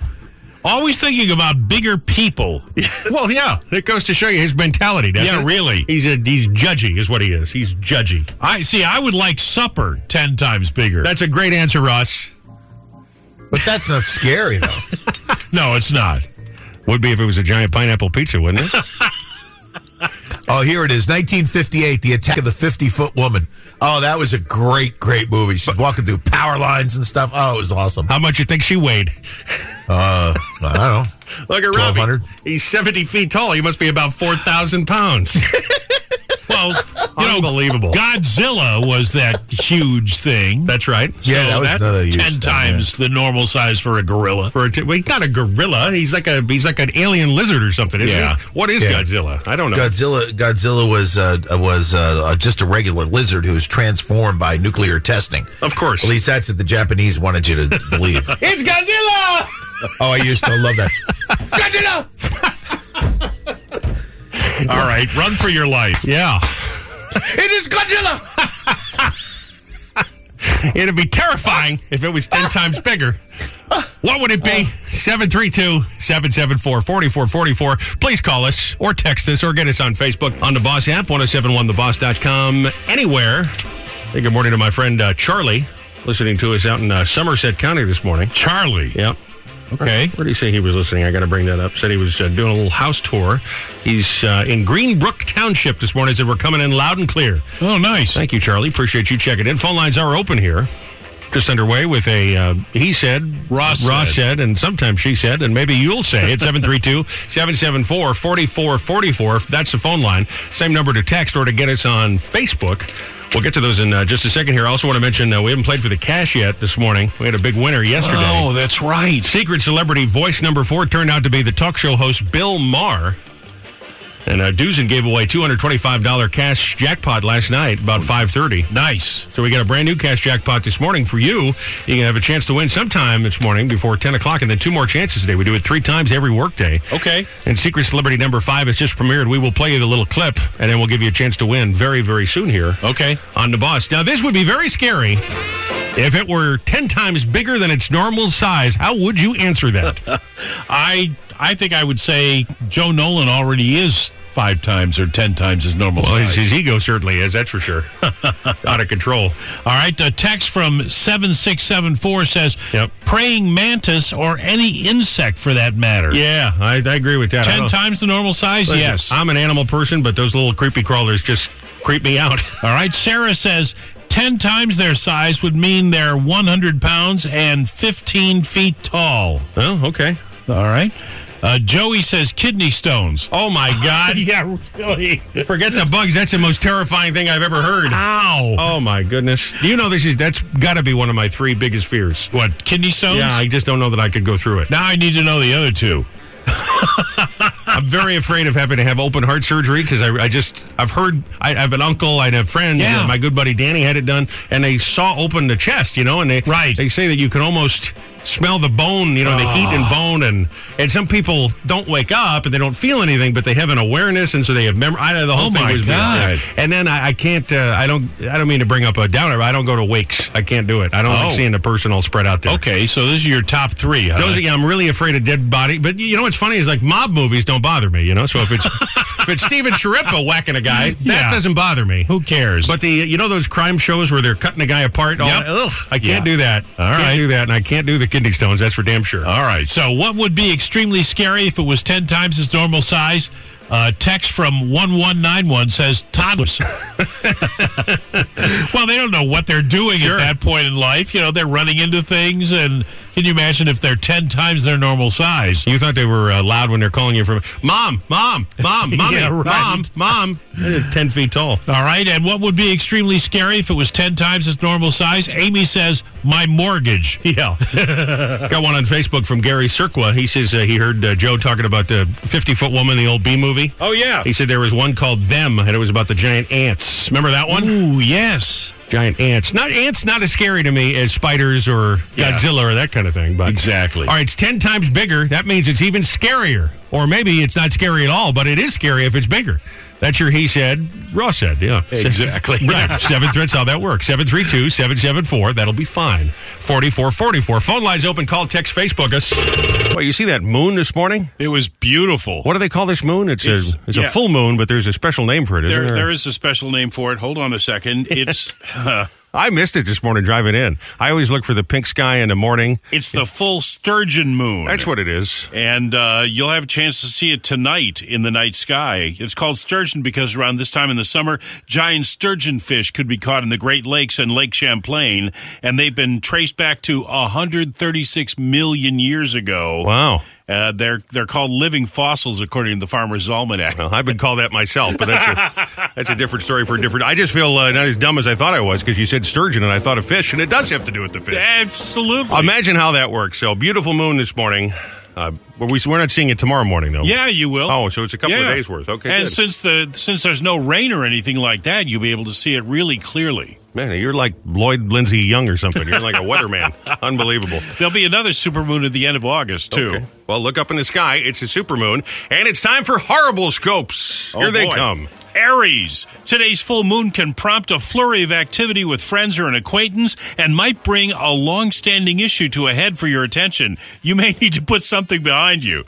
Speaker 2: Always thinking about bigger people.
Speaker 1: well, yeah, it goes to show you his mentality. Doesn't
Speaker 2: Yeah,
Speaker 1: it?
Speaker 2: really.
Speaker 1: He's a he's judgy, is what he is. He's judgy.
Speaker 2: I see. I would like supper 10 times bigger.
Speaker 1: That's a great answer, Ross.
Speaker 3: But that's not scary though.
Speaker 2: no, it's not.
Speaker 1: Would be if it was a giant pineapple pizza, wouldn't it?
Speaker 3: Oh, here it is. 1958, The Attack of the 50 Foot Woman. Oh, that was a great, great movie. She's walking through power lines and stuff. Oh, it was awesome.
Speaker 1: How much you think she weighed?
Speaker 3: Uh, I don't know.
Speaker 1: Look at
Speaker 3: 1200.
Speaker 1: Robbie. He's 70 feet tall. He must be about 4,000 pounds.
Speaker 2: Well, you know,
Speaker 1: Unbelievable.
Speaker 2: Godzilla was that huge thing.
Speaker 1: That's right.
Speaker 3: Yeah,
Speaker 2: So
Speaker 3: that was another huge
Speaker 2: 10
Speaker 3: thing,
Speaker 2: times the normal size for a gorilla.
Speaker 1: For a t- well, he's not a gorilla. He's like a he's like an alien lizard or something. Isn't
Speaker 2: Yeah.
Speaker 1: He? What is
Speaker 3: Yeah.
Speaker 1: Godzilla? I don't know.
Speaker 3: Godzilla Godzilla was uh, was uh, just a regular lizard who was transformed by nuclear testing.
Speaker 1: Of course.
Speaker 3: At least that's what the Japanese wanted you to believe.
Speaker 1: It's Godzilla.
Speaker 3: oh, I used to love that.
Speaker 2: All right, run for your life.
Speaker 1: Yeah.
Speaker 3: It is Godzilla.
Speaker 1: It'd be terrifying if it was 10 times bigger. What would it be? 732 774 4444. Please call us or text us or get us on Facebook on the Boss app, 1071theboss.com, anywhere. Hey, good morning to my friend uh, Charlie, listening to us out in uh, Somerset County this morning.
Speaker 2: Charlie.
Speaker 1: Yep.
Speaker 2: Okay.
Speaker 1: Where do you say he was listening? I got to bring that up. Said he was uh, doing a little house tour. He's uh, in Greenbrook Township this morning. Said we're coming in loud and clear.
Speaker 2: Oh, nice.
Speaker 1: Thank you, Charlie. Appreciate you checking in. Phone lines are open here. Just underway with a uh, he said,
Speaker 2: Ross
Speaker 1: Ross
Speaker 2: said.
Speaker 1: said, and sometimes she said, and maybe you'll say it 732 774 4444. That's the phone line. Same number to text or to get us on Facebook. We'll get to those in uh, just a second here. I also want to mention uh, we haven't played for the cash yet this morning. We had a big winner yesterday.
Speaker 2: Oh, that's right.
Speaker 1: Secret celebrity voice number four turned out to be the talk show host Bill Maher. And uh, Dusen gave away $225 cash jackpot last night about 530.
Speaker 2: Nice.
Speaker 1: So we got a brand new cash jackpot this morning for you. You can have a chance to win sometime this morning before 10 o'clock and then two more chances today. We do it three times every workday.
Speaker 2: Okay.
Speaker 1: And Secret Celebrity number five has just premiered. We will play you the little clip and then we'll give you a chance to win very, very soon here
Speaker 2: Okay.
Speaker 1: on the bus. Now, this would be very scary if it were 10 times bigger than its normal size. How would you answer that?
Speaker 2: I I think I would say Joe Nolan already is five times or ten times his normal
Speaker 1: Well, his,
Speaker 2: size.
Speaker 1: his ego certainly is, that's for sure. Out of control.
Speaker 2: All right. A text from seven six seven four says
Speaker 1: Yep.
Speaker 2: praying mantis or any insect for that matter.
Speaker 1: Yeah, I, I agree with that. I
Speaker 2: Ten
Speaker 1: don't-
Speaker 2: times the normal size.
Speaker 1: Listen,
Speaker 2: yes.
Speaker 1: I'm an animal person, but those little creepy crawlers just creep me out.
Speaker 2: All right. Sarah says 10 times their size would mean they're 100 pounds and 15 feet tall.
Speaker 1: Oh, okay.
Speaker 2: All right. Uh, Joey says kidney stones.
Speaker 1: Oh my God!
Speaker 2: yeah, really.
Speaker 1: Forget the bugs. That's the most terrifying thing I've ever heard.
Speaker 2: Ow!
Speaker 1: Oh my goodness! Do you know this is that's got to be one of my three biggest fears?
Speaker 2: What kidney stones?
Speaker 1: Yeah, I just don't know that I could go through it.
Speaker 2: now I need to know the other two.
Speaker 1: I'm very afraid of having to have open heart surgery because I, I just I've heard I have an uncle I have friends
Speaker 2: Yeah.
Speaker 1: uh, my good buddy Danny had it done and they saw open the chest you know and they
Speaker 2: Right.
Speaker 1: they say that you can almost smell the bone you know the heat
Speaker 2: Oh.
Speaker 1: and bone and and some people don't wake up and they don't feel anything but they have an awareness and so they have memory I know the whole
Speaker 2: Oh,
Speaker 1: thing
Speaker 2: my
Speaker 1: was weird, yeah.
Speaker 2: God.
Speaker 1: and then I, I can't uh, I don't I don't mean to bring up a downer but I don't go to wakes I can't do it I don't
Speaker 2: Oh.
Speaker 1: like seeing a person all spread out there
Speaker 2: Okay, so this is your top three. Huh?
Speaker 1: those, yeah, I'm really afraid of dead body. But you know what's funny is like mob movies don't bother me. You know, so if it's if it's Steven Sharippa whacking a guy, that
Speaker 2: Yeah.
Speaker 1: doesn't bother me.
Speaker 2: Who cares?
Speaker 1: But the you know those crime shows where they're cutting a guy apart. and All
Speaker 2: Yep.
Speaker 1: that? Ugh, I can't
Speaker 2: Yeah.
Speaker 1: do that.
Speaker 2: All
Speaker 1: can't
Speaker 2: right.
Speaker 1: do that, and I can't do the kidney stones. That's for damn sure.
Speaker 2: All right. So, what would be extremely scary if it was 10 times its normal size? Uh, text from 1191 says toddlers. well, they don't know what they're doing
Speaker 1: Sure.
Speaker 2: at that point in life. You know, they're running into things. And can you imagine if they're 10 times their normal size?
Speaker 1: You thought they were uh, loud when they're calling you from mom, mom, mom, mommy,
Speaker 2: Yeah, right.
Speaker 1: mom, mom. They're Ten feet tall.
Speaker 2: All right. And what would be extremely scary if it was 10 times its normal size? Amy says, my mortgage.
Speaker 1: Yeah. Got one on Facebook from Gary Cirqua. He says uh, he heard uh, Joe talking about the 50 foot woman in the old B movie.
Speaker 2: Oh, yeah.
Speaker 1: He said there was one called Them, and it was about the giant ants. Remember that one?
Speaker 2: Ooh, yes.
Speaker 1: Giant ants. Not ants, not as scary to me as spiders or
Speaker 2: Yeah.
Speaker 1: Godzilla or that kind of thing. But
Speaker 2: Exactly.
Speaker 1: All right, it's ten times bigger. That means it's even scarier, or maybe it's not scary at all, but it is scary if it's bigger. That's your he said, Ross said, yeah.
Speaker 2: Exactly.
Speaker 1: Right. Seven threats, how that works. 732 774. That'll be fine. 4444. Phone lines open. Call, text, Facebook us. Well, you see that moon this morning?
Speaker 2: It was beautiful.
Speaker 1: What do they call this moon? It's,
Speaker 2: It's-
Speaker 1: a it's
Speaker 2: yeah.
Speaker 1: a full moon, but there's a special name for it, isn't
Speaker 2: There,
Speaker 1: there?
Speaker 2: there is a special name for it. Hold on a second. It's
Speaker 1: I missed it this morning driving in. I always look for the pink sky in the morning.
Speaker 2: it's the full sturgeon moon.
Speaker 1: That's what it is.
Speaker 2: And uh, you'll have a chance to see it tonight in the night sky. It's called sturgeon because around this time in the summer, giant sturgeon fish could be caught in the Great Lakes and Lake Champlain, and they've been traced back to 136 million years ago.
Speaker 1: Wow.
Speaker 2: Uh, they're they're called living fossils according to the Farmer's Almanac.
Speaker 1: Well, I've been called that myself, but that's a, that's a different story for a different. I just feel uh, not as dumb as I thought I was because you said sturgeon and I thought of fish, and it does have to do with the fish.
Speaker 2: Absolutely.
Speaker 1: Imagine how that works. So beautiful moon this morning. Uh, but we, we're not seeing it tomorrow morning though.
Speaker 2: Yeah, you will.
Speaker 1: Oh, so it's a couple of
Speaker 2: Yeah.
Speaker 1: days worth. Okay,
Speaker 2: And
Speaker 1: good.
Speaker 2: since the since there's no rain or anything like that, you'll be able to see it really clearly.
Speaker 1: man, you're like Lloyd Lindsay Young or something. You're like a weatherman. Unbelievable.
Speaker 2: There'll be another supermoon at the end of August too.
Speaker 1: Okay. Well, look up in the sky. It's a supermoon, and it's time for horrible scopes.
Speaker 2: Oh,
Speaker 1: Here they
Speaker 2: boy.
Speaker 1: come.
Speaker 2: Aries. Today's full moon can prompt a flurry of activity with friends or an acquaintance and might bring a long standing issue to a head for your attention. You may need to put something behind you.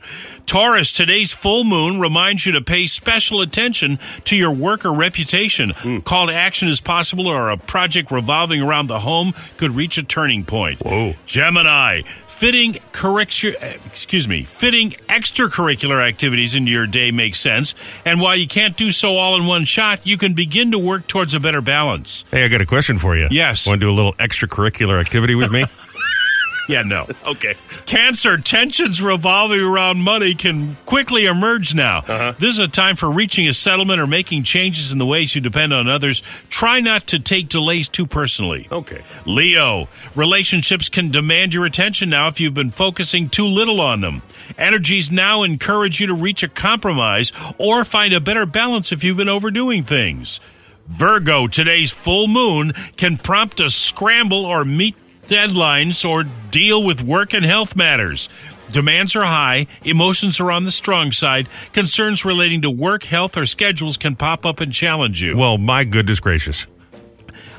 Speaker 2: Taurus, today's full moon reminds you to pay special attention to your work or reputation.
Speaker 1: Hmm.
Speaker 2: Call to action is possible, or a project revolving around the home could reach a turning point.
Speaker 1: Whoa.
Speaker 2: Gemini, fitting correctu- uh, excuse me, fitting extracurricular activities into your day makes sense. And while you can't do so all in one shot, you can begin to work towards a better balance.
Speaker 1: Hey, I got a question for you.
Speaker 2: Yes.
Speaker 1: Want to do a little extracurricular activity with me?
Speaker 2: Yeah, no.
Speaker 1: okay.
Speaker 2: Cancer tensions revolving around money can quickly emerge now. This is a time for reaching a settlement or making changes in the ways you depend on others. Try not to take delays too personally.
Speaker 1: Okay.
Speaker 2: Leo, relationships can demand your attention now if you've been focusing too little on them. Energies now encourage you to reach a compromise or find a better balance if you've been overdoing things. Virgo, today's full moon can prompt a scramble or meet deadlines or deal with work and health matters. Demands are high, emotions are on the strong side, concerns relating to work, health, or schedules can pop up and challenge you.
Speaker 1: Well, my goodness gracious.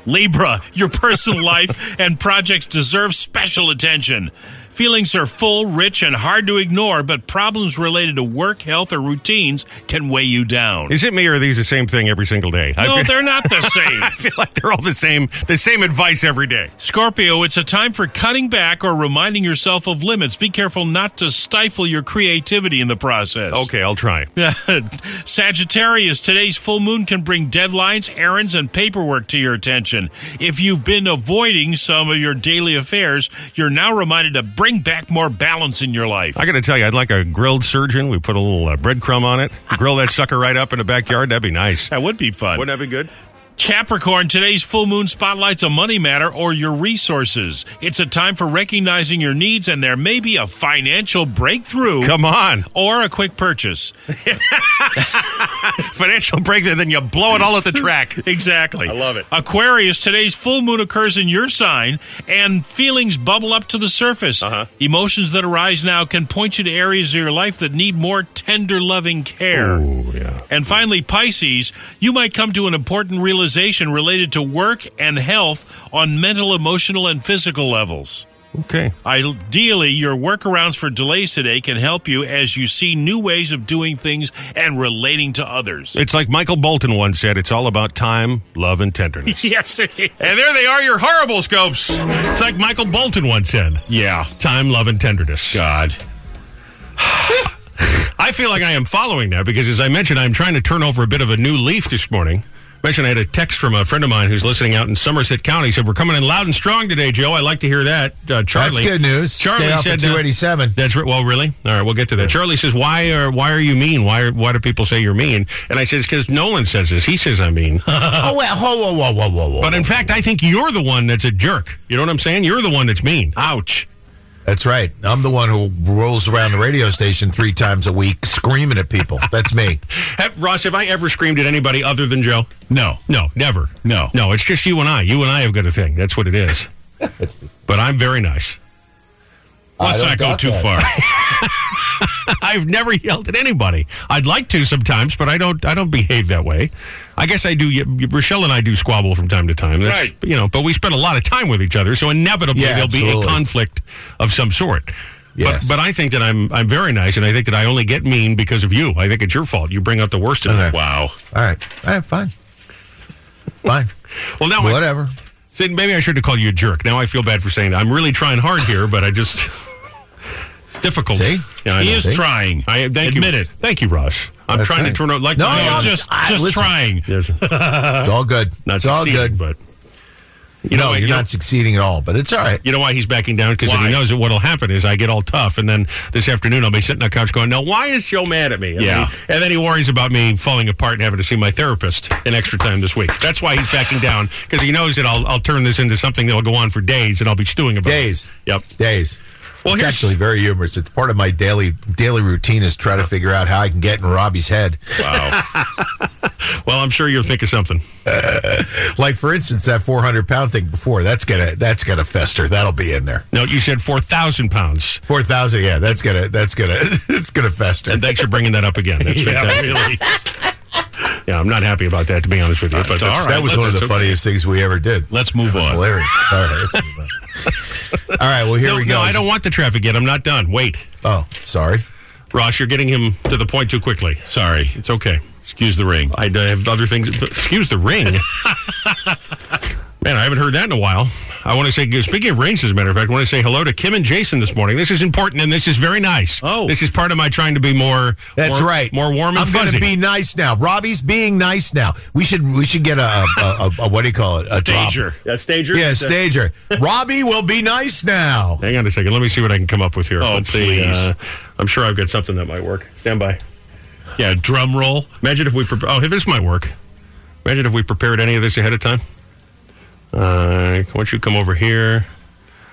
Speaker 2: Libra, your personal life and projects deserve special attention. Feelings are full, rich, and hard to ignore, but problems related to work, health, or routines can weigh you down.
Speaker 1: Is it me or are these the same thing every single day? I
Speaker 2: No,
Speaker 1: feel,
Speaker 2: they're not the same.
Speaker 1: I feel like they're all the same, the same advice every day.
Speaker 2: Scorpio, it's a time for cutting back or reminding yourself of limits. Be careful not to stifle your creativity in the process.
Speaker 1: Okay, I'll try.
Speaker 2: Sagittarius, today's full moon can bring deadlines, errands, and paperwork to your attention. If you've been avoiding some of your daily affairs, you're now reminded to break bring back more balance in your life.
Speaker 1: I got to tell you, I'd like a grilled surgeon. We put a little uh, breadcrumb on it, grill that sucker right up in the backyard. That'd be nice.
Speaker 2: That would be fun.
Speaker 1: Wouldn't that be good?
Speaker 2: Capricorn, today's full moon spotlights a money matter or your resources. It's a time for recognizing your needs, and there may be a financial breakthrough.
Speaker 1: Come on.
Speaker 2: Or a quick purchase.
Speaker 1: Financial breakthrough, then you blow it all at the track.
Speaker 2: exactly.
Speaker 1: I love it.
Speaker 2: Aquarius, today's full moon occurs in your sign, and feelings bubble up to the surface. Uh-huh. Emotions that arise now can point you to areas of your life that need more tender, loving care.
Speaker 1: Ooh, yeah.
Speaker 2: And finally, Pisces, you might come to an important realization related to work and health on mental, emotional, and physical levels.
Speaker 1: Okay.
Speaker 2: Ideally, your workarounds for delays today can help you as you see new ways of doing things and relating to others.
Speaker 1: It's like Michael Bolton once said it's all about time, love, and tenderness.
Speaker 2: yes, it is.
Speaker 1: And there they are, your horrible scopes. It's like Michael Bolton once said.
Speaker 2: Yeah.
Speaker 1: Time, love, and tenderness.
Speaker 2: God.
Speaker 1: I feel like I am following that because, as I mentioned, I'm trying to turn over a bit of a new leaf this morning. Mentioned I had a text from a friend of mine who's listening out in Somerset County. Said we're coming in loud and strong today, Joe. I like to hear that. Uh, Charlie,
Speaker 3: That's good news.
Speaker 1: Charlie
Speaker 3: Stay off
Speaker 1: said
Speaker 3: at 287.
Speaker 1: uh, That's right. Well, really. All right, we'll get to that. Charlie says, "Why are why are you mean? Why are, why do people say you're mean?" And I says, "Because Nolan says this. He says I'm mean."
Speaker 3: oh, wait, whoa, whoa, whoa, whoa, whoa, whoa.
Speaker 1: but in fact, I think you're the one that's a jerk. You know what I'm saying? You're the one that's mean.
Speaker 2: Ouch.
Speaker 3: That's right. I'm the one who rolls around the radio station three times a week screaming at people. That's me.
Speaker 1: Have, Ross, have I ever screamed at anybody other than Joe?
Speaker 2: No.
Speaker 1: No, never.
Speaker 2: No.
Speaker 1: No, it's just you and I. You and I have got a thing. That's what it is. but I'm very nice.
Speaker 2: Let's
Speaker 3: don't
Speaker 2: not go
Speaker 3: doubt
Speaker 2: too
Speaker 3: that.
Speaker 2: far.
Speaker 1: I've never yelled at anybody. I'd like to sometimes, but I don't. I don't behave that way. I guess I do. y- y- Rochelle and I do squabble from time to time. That's,
Speaker 2: Right.
Speaker 1: You know, but we spend a lot of time with each other, so inevitably
Speaker 3: Yeah,
Speaker 1: there'll be a
Speaker 3: absolutely.
Speaker 1: conflict of some sort.
Speaker 3: Yes.
Speaker 1: But but I think that I'm I'm very nice, and I think that I only get mean because of you. I think it's your fault. You bring out the worst in me.
Speaker 3: Okay.
Speaker 1: Wow.
Speaker 3: All right. All right, fine. Fine.
Speaker 1: Well, now I,
Speaker 3: Whatever.
Speaker 1: Sid, maybe I should have called you a jerk. Now I feel bad for saying that. I'm really trying hard here, but I just it's difficult.
Speaker 3: See?
Speaker 1: Yeah, I
Speaker 2: he
Speaker 1: know.
Speaker 2: is
Speaker 3: See?
Speaker 2: trying.
Speaker 1: I thank
Speaker 2: Admit
Speaker 1: you.
Speaker 2: it.
Speaker 1: Thank you, Ross. I'm
Speaker 3: That's
Speaker 1: trying
Speaker 3: right.
Speaker 1: to turn out like
Speaker 3: No,
Speaker 1: my
Speaker 3: no,
Speaker 1: own.
Speaker 2: Just,
Speaker 3: I-
Speaker 2: just
Speaker 3: listen.
Speaker 2: trying.
Speaker 1: Yes.
Speaker 3: It's all good.
Speaker 1: not
Speaker 3: it's all
Speaker 1: succeeding, but
Speaker 3: good.
Speaker 1: you know,
Speaker 3: no,
Speaker 1: you
Speaker 3: you're
Speaker 1: know-
Speaker 3: not succeeding at all, but it's all right.
Speaker 1: You know why he's backing down? Because if
Speaker 2: Why?
Speaker 1: he knows that what'll happen is I get all tough, and then this afternoon I'll be sitting on the couch going, "Now why is Joe mad at me?" And
Speaker 2: Yeah.
Speaker 1: then he, and then he worries about me falling apart and having to see my therapist an extra time this week. That's why he's backing down because he knows that I'll I'll turn this into something that'll go on for days, and I'll be stewing about it.
Speaker 3: Days.
Speaker 1: Yep.
Speaker 3: Days.
Speaker 1: Well,
Speaker 3: it's
Speaker 1: here's-
Speaker 3: actually very humorous. It's part of my daily daily routine is try to figure out how I can get in Robbie's head.
Speaker 1: Well, I'm sure you'll think of something.
Speaker 3: Like for instance, that 400 pound thing before that's gonna that's gonna fester. That'll be in there.
Speaker 1: No, you said four thousand pounds,
Speaker 3: 4,000. Yeah, that's gonna that's gonna it's gonna fester.
Speaker 1: and thanks for bringing that up again. That's
Speaker 2: Yeah,
Speaker 1: fantastic.
Speaker 2: really.
Speaker 1: Yeah, I'm not happy about that to be honest with you. But
Speaker 2: it's
Speaker 1: that's-
Speaker 2: all right.
Speaker 3: that was
Speaker 2: let's-
Speaker 3: one of the
Speaker 2: okay.
Speaker 3: funniest things we ever did.
Speaker 2: Let's move
Speaker 3: That's
Speaker 2: on.
Speaker 3: hilarious. All right, let's move on. All right, well here
Speaker 1: No,
Speaker 3: we go.
Speaker 1: no, I don't want the traffic yet. I'm not done. Wait,
Speaker 3: Oh, sorry.
Speaker 1: Ross, you're getting him to the point too quickly.
Speaker 2: Sorry.
Speaker 1: It's okay.
Speaker 2: Excuse the ring.
Speaker 1: I uh, have other things. Excuse the ring. Man, I haven't heard that in a while. I want to say, speaking of rings, as a matter of fact, I want to say hello to Kim and Jason this morning. This is important and this is very nice.
Speaker 2: Oh.
Speaker 1: This is part of my trying to be more.
Speaker 3: That's
Speaker 1: more-
Speaker 3: right.
Speaker 1: More warm and
Speaker 3: I'm gonna
Speaker 1: fuzzy.
Speaker 3: be nice now. Robbie's being nice now. We should we should get a, a, a, a, what do you call it? A drop.
Speaker 2: Danger.
Speaker 1: Yeah, stager?
Speaker 3: Yeah, stager. Robbie will be nice now.
Speaker 1: Hang on a second. Let me see what I can come up with here.
Speaker 2: Oh,
Speaker 1: Let's see.
Speaker 2: please.
Speaker 1: Uh, I'm sure I've got something that might work. Stand by.
Speaker 2: Yeah, drum roll.
Speaker 1: Imagine if we. Pre- oh, this might work. Imagine if we prepared any of this ahead of time. Uh, why don't you come over here?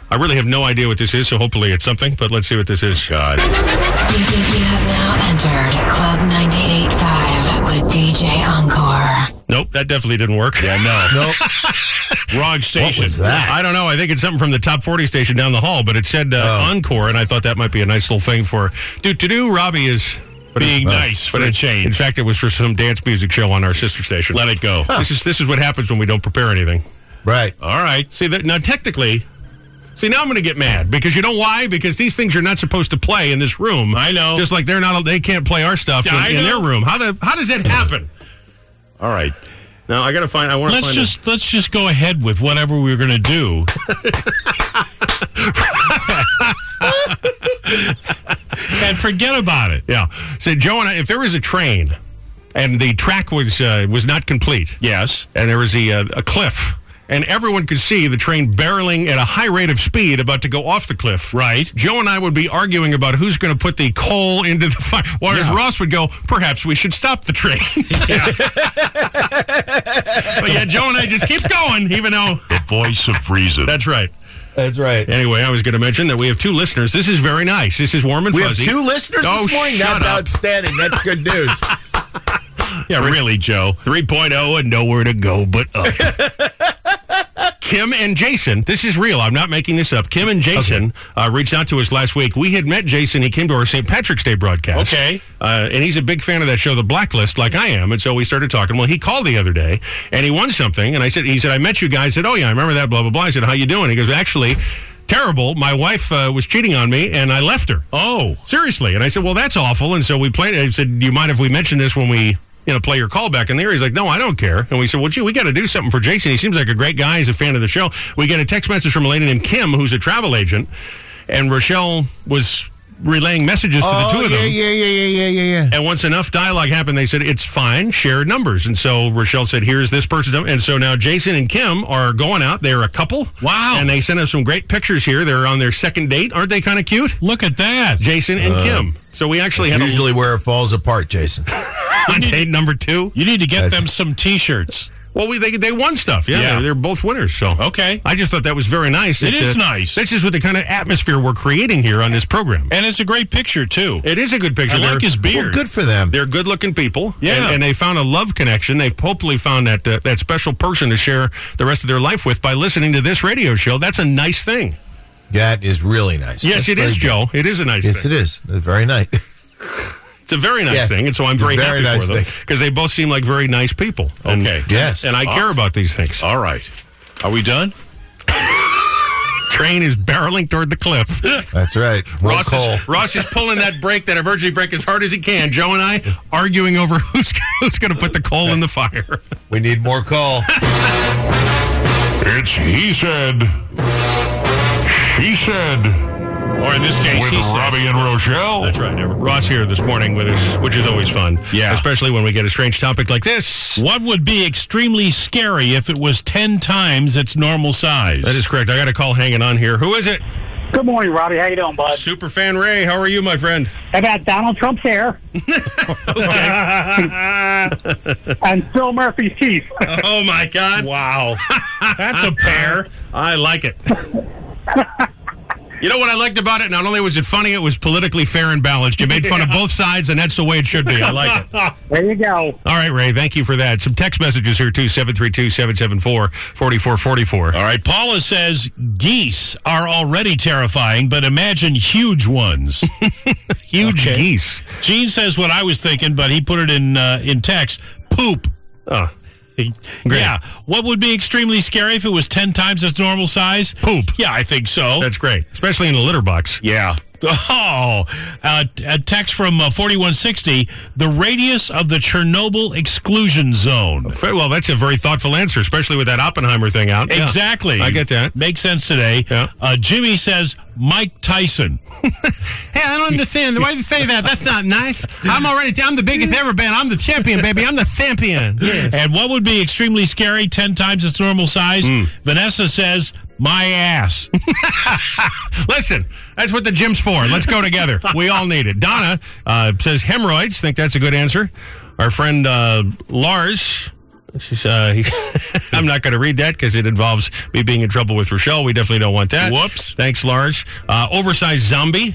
Speaker 1: I really have no idea what this is, so hopefully it's something. But let's see what this is.
Speaker 2: Oh,
Speaker 1: God.
Speaker 14: You, you have now entered Club 98.5 with DJ Encore.
Speaker 1: Nope, that definitely didn't work. Yeah,
Speaker 2: no.
Speaker 3: Nope.
Speaker 2: Wrong station.
Speaker 3: was that?
Speaker 1: I don't know. I think it's something from the top 40 station down the hall, but it said uh, encore, and I thought that might be a nice little thing for. Do to do. Robbie is
Speaker 2: Being nice for
Speaker 1: but
Speaker 2: a
Speaker 1: it- In
Speaker 2: change.
Speaker 1: fact, it was for some dance music show on our sister station.
Speaker 2: Let it go.
Speaker 1: This is this is what happens when we don't prepare anything.
Speaker 3: Right.
Speaker 2: All right.
Speaker 1: See that now technically. See now I'm going to get mad because you know why? Because these things are not supposed to play in this room.
Speaker 2: I know.
Speaker 1: Just like they're not, they can't play our stuff in,
Speaker 2: I
Speaker 1: in their
Speaker 2: know.
Speaker 1: room. How the how does that happen?
Speaker 2: All right.
Speaker 1: Now I got to find. I want
Speaker 2: Let's just let's just go ahead with whatever we were going to do. and forget about it.
Speaker 1: Yeah. So Joe and I, if there was a train, and the track was uh, was not complete,
Speaker 2: Yes.
Speaker 1: and there was a, uh, a cliff. and everyone could see the train barreling at a high rate of speed about to go off the cliff.
Speaker 2: Right.
Speaker 1: Joe and I would be arguing about who's going to put the coal into the fire. Whereas Ross would go, perhaps we should stop the train. but yeah, Joe and I just keep going, even though.
Speaker 15: The voice of reason.
Speaker 1: That's right.
Speaker 3: That's right.
Speaker 1: Anyway, I was going to mention that we have two listeners. This is very nice. This is warm and
Speaker 3: We have
Speaker 1: fuzzy.
Speaker 3: two listeners
Speaker 1: oh,
Speaker 3: this morning.
Speaker 1: Shut
Speaker 3: That's
Speaker 1: up.
Speaker 3: outstanding. That's good news.
Speaker 1: Yeah, really, Joe. 3.0 and nowhere to go but up. Kim and Jason, this is real. I'm not making this up. Kim and Jason uh, reached out to us last week. We had met Jason. He came to our St. Patrick's Day broadcast.
Speaker 2: Okay.
Speaker 1: Uh, and he's a big fan of that show, The Blacklist, like I am. And so we started talking. Well, he called the other day and he won something. And I said, he said, I met you guys. I said, oh, yeah, I remember that, blah, blah, blah. I said, how you doing? He goes, actually, terrible. My wife uh, was cheating on me and I left her.
Speaker 2: Oh.
Speaker 1: Seriously. And I said, well, that's awful. And so we played it. I said, do you mind if we mention this when we, you know, play your call back in there? He's like, no, I don't care. And we said, well, gee, we got to do something for Jason. He seems like a great guy. He's a fan of the show. We get a text message from a lady named Kim, who's a travel agent. And Rochelle was relaying messages to the
Speaker 3: Oh,
Speaker 1: two of
Speaker 3: yeah,
Speaker 1: them.
Speaker 3: yeah, yeah, yeah, yeah, yeah, yeah.
Speaker 1: And once enough dialogue happened, they said, it's fine, share numbers. And so Rochelle said, here's this person's number. And so now Jason and Kim are going out. They're a couple.
Speaker 2: Wow.
Speaker 1: And they sent us some great pictures here. They're on their second date. Aren't they kind of cute?
Speaker 2: Look at that.
Speaker 1: Jason and Kim. So we actually had
Speaker 3: Usually where it falls apart, Jason.
Speaker 1: a on date number two.
Speaker 2: You need to get them some T-shirts.
Speaker 1: Well, we, they, they won stuff. Yeah,
Speaker 2: Yeah.
Speaker 1: They're, they're both winners. So
Speaker 2: Okay.
Speaker 1: I just thought that was very nice.
Speaker 2: It
Speaker 1: that,
Speaker 2: is nice.
Speaker 1: This is what the kind of atmosphere we're creating here on this program.
Speaker 2: And it's a great picture too.
Speaker 1: It is a good picture.
Speaker 2: I
Speaker 1: They're-
Speaker 2: like his beard.
Speaker 3: Well, good for them.
Speaker 1: They're good-looking people,
Speaker 2: Yeah.
Speaker 1: and, and they found a love connection. They've hopefully found that uh, that special person to share the rest of their life with by listening to this radio show. That's a nice thing.
Speaker 3: That is really nice.
Speaker 1: Yes,
Speaker 3: That's
Speaker 1: it
Speaker 3: very
Speaker 1: is,
Speaker 3: good.
Speaker 1: Joe. It is a nice
Speaker 3: Yes,
Speaker 1: thing.
Speaker 3: it is. That's very nice.
Speaker 1: It's a very nice
Speaker 3: Yes.
Speaker 1: thing, and so I'm
Speaker 3: It's a
Speaker 1: very,
Speaker 3: very
Speaker 1: happy for
Speaker 3: nice
Speaker 1: them
Speaker 3: thing.
Speaker 1: because they both seem like very nice people. And-
Speaker 2: Okay. Uh,
Speaker 3: Yes.
Speaker 1: and I care about these things.
Speaker 2: All right. Are we done?
Speaker 1: Train is barreling toward the cliff.
Speaker 3: That's right. Roll
Speaker 1: Ross
Speaker 3: call.
Speaker 1: is, Ross is pulling that brake, that emergency brake, as hard as he can. Joe and I arguing over who's who's going to put the coal in the fire.
Speaker 3: We need more call.
Speaker 15: It's he said, she said,
Speaker 2: Or in this case,
Speaker 15: with
Speaker 2: he said-
Speaker 15: Robbie and Rochelle.
Speaker 1: That's right. Now, Ross here this morning with us, which is always fun.
Speaker 2: Yeah.
Speaker 1: especially when we get a strange topic like this.
Speaker 2: What would be extremely scary if it was 10 times its normal size?
Speaker 1: That is correct. I got a call hanging on here. Who is it?
Speaker 9: Good morning, Robbie. How you doing, bud?
Speaker 1: Super fan Ray. How are you, my friend?
Speaker 9: I got Donald Trump's hair and Phil Murphy's teeth.
Speaker 1: oh my God!
Speaker 2: Wow. That's a pair.
Speaker 1: I like it. You know what I liked about it? Not only was it funny, it was politically fair and balanced. You made fun of both sides, and that's the way it should be. I like it.
Speaker 9: There you go.
Speaker 1: All right, Ray, thank you for that. Some text messages here, too 732 774 4444.
Speaker 2: All right. Paula says geese are already terrifying, but imagine huge ones.
Speaker 1: Huge
Speaker 2: Okay.
Speaker 1: geese.
Speaker 2: Gene says what I was thinking, but he put it in uh, in text poop.
Speaker 1: Oh, great.
Speaker 2: Yeah. What would be extremely scary if it was 10 times its normal size? Poop. Yeah, I think so.
Speaker 1: that's great, especially in a litter box.
Speaker 2: Yeah. Oh, uh, t- a text from uh, 4160 the radius of the Chernobyl exclusion zone.
Speaker 1: F- Well, that's a very thoughtful answer, especially with that Oppenheimer thing out. Yeah.
Speaker 2: Exactly.
Speaker 1: I get that.
Speaker 2: Makes sense today.
Speaker 1: Yeah.
Speaker 2: Uh, Jimmy says Mike Tyson.
Speaker 1: Hey, I don't understand the way you say that. That's not nice. I'm already, I'm the biggest ever been. I'm the champion, baby. I'm the champion.
Speaker 2: And what would be extremely scary, 10 times its normal size? Vanessa says, my ass.
Speaker 1: Listen, that's what the gym's for. Let's go together. We all need it. Donna uh, says hemorrhoids. Think that's a good answer. Our friend uh, Lars. She's, uh, he- I'm not going to read that because it involves me being in trouble with Rochelle. We definitely don't want that.
Speaker 2: Whoops.
Speaker 1: Thanks, Lars. Uh, oversized zombie.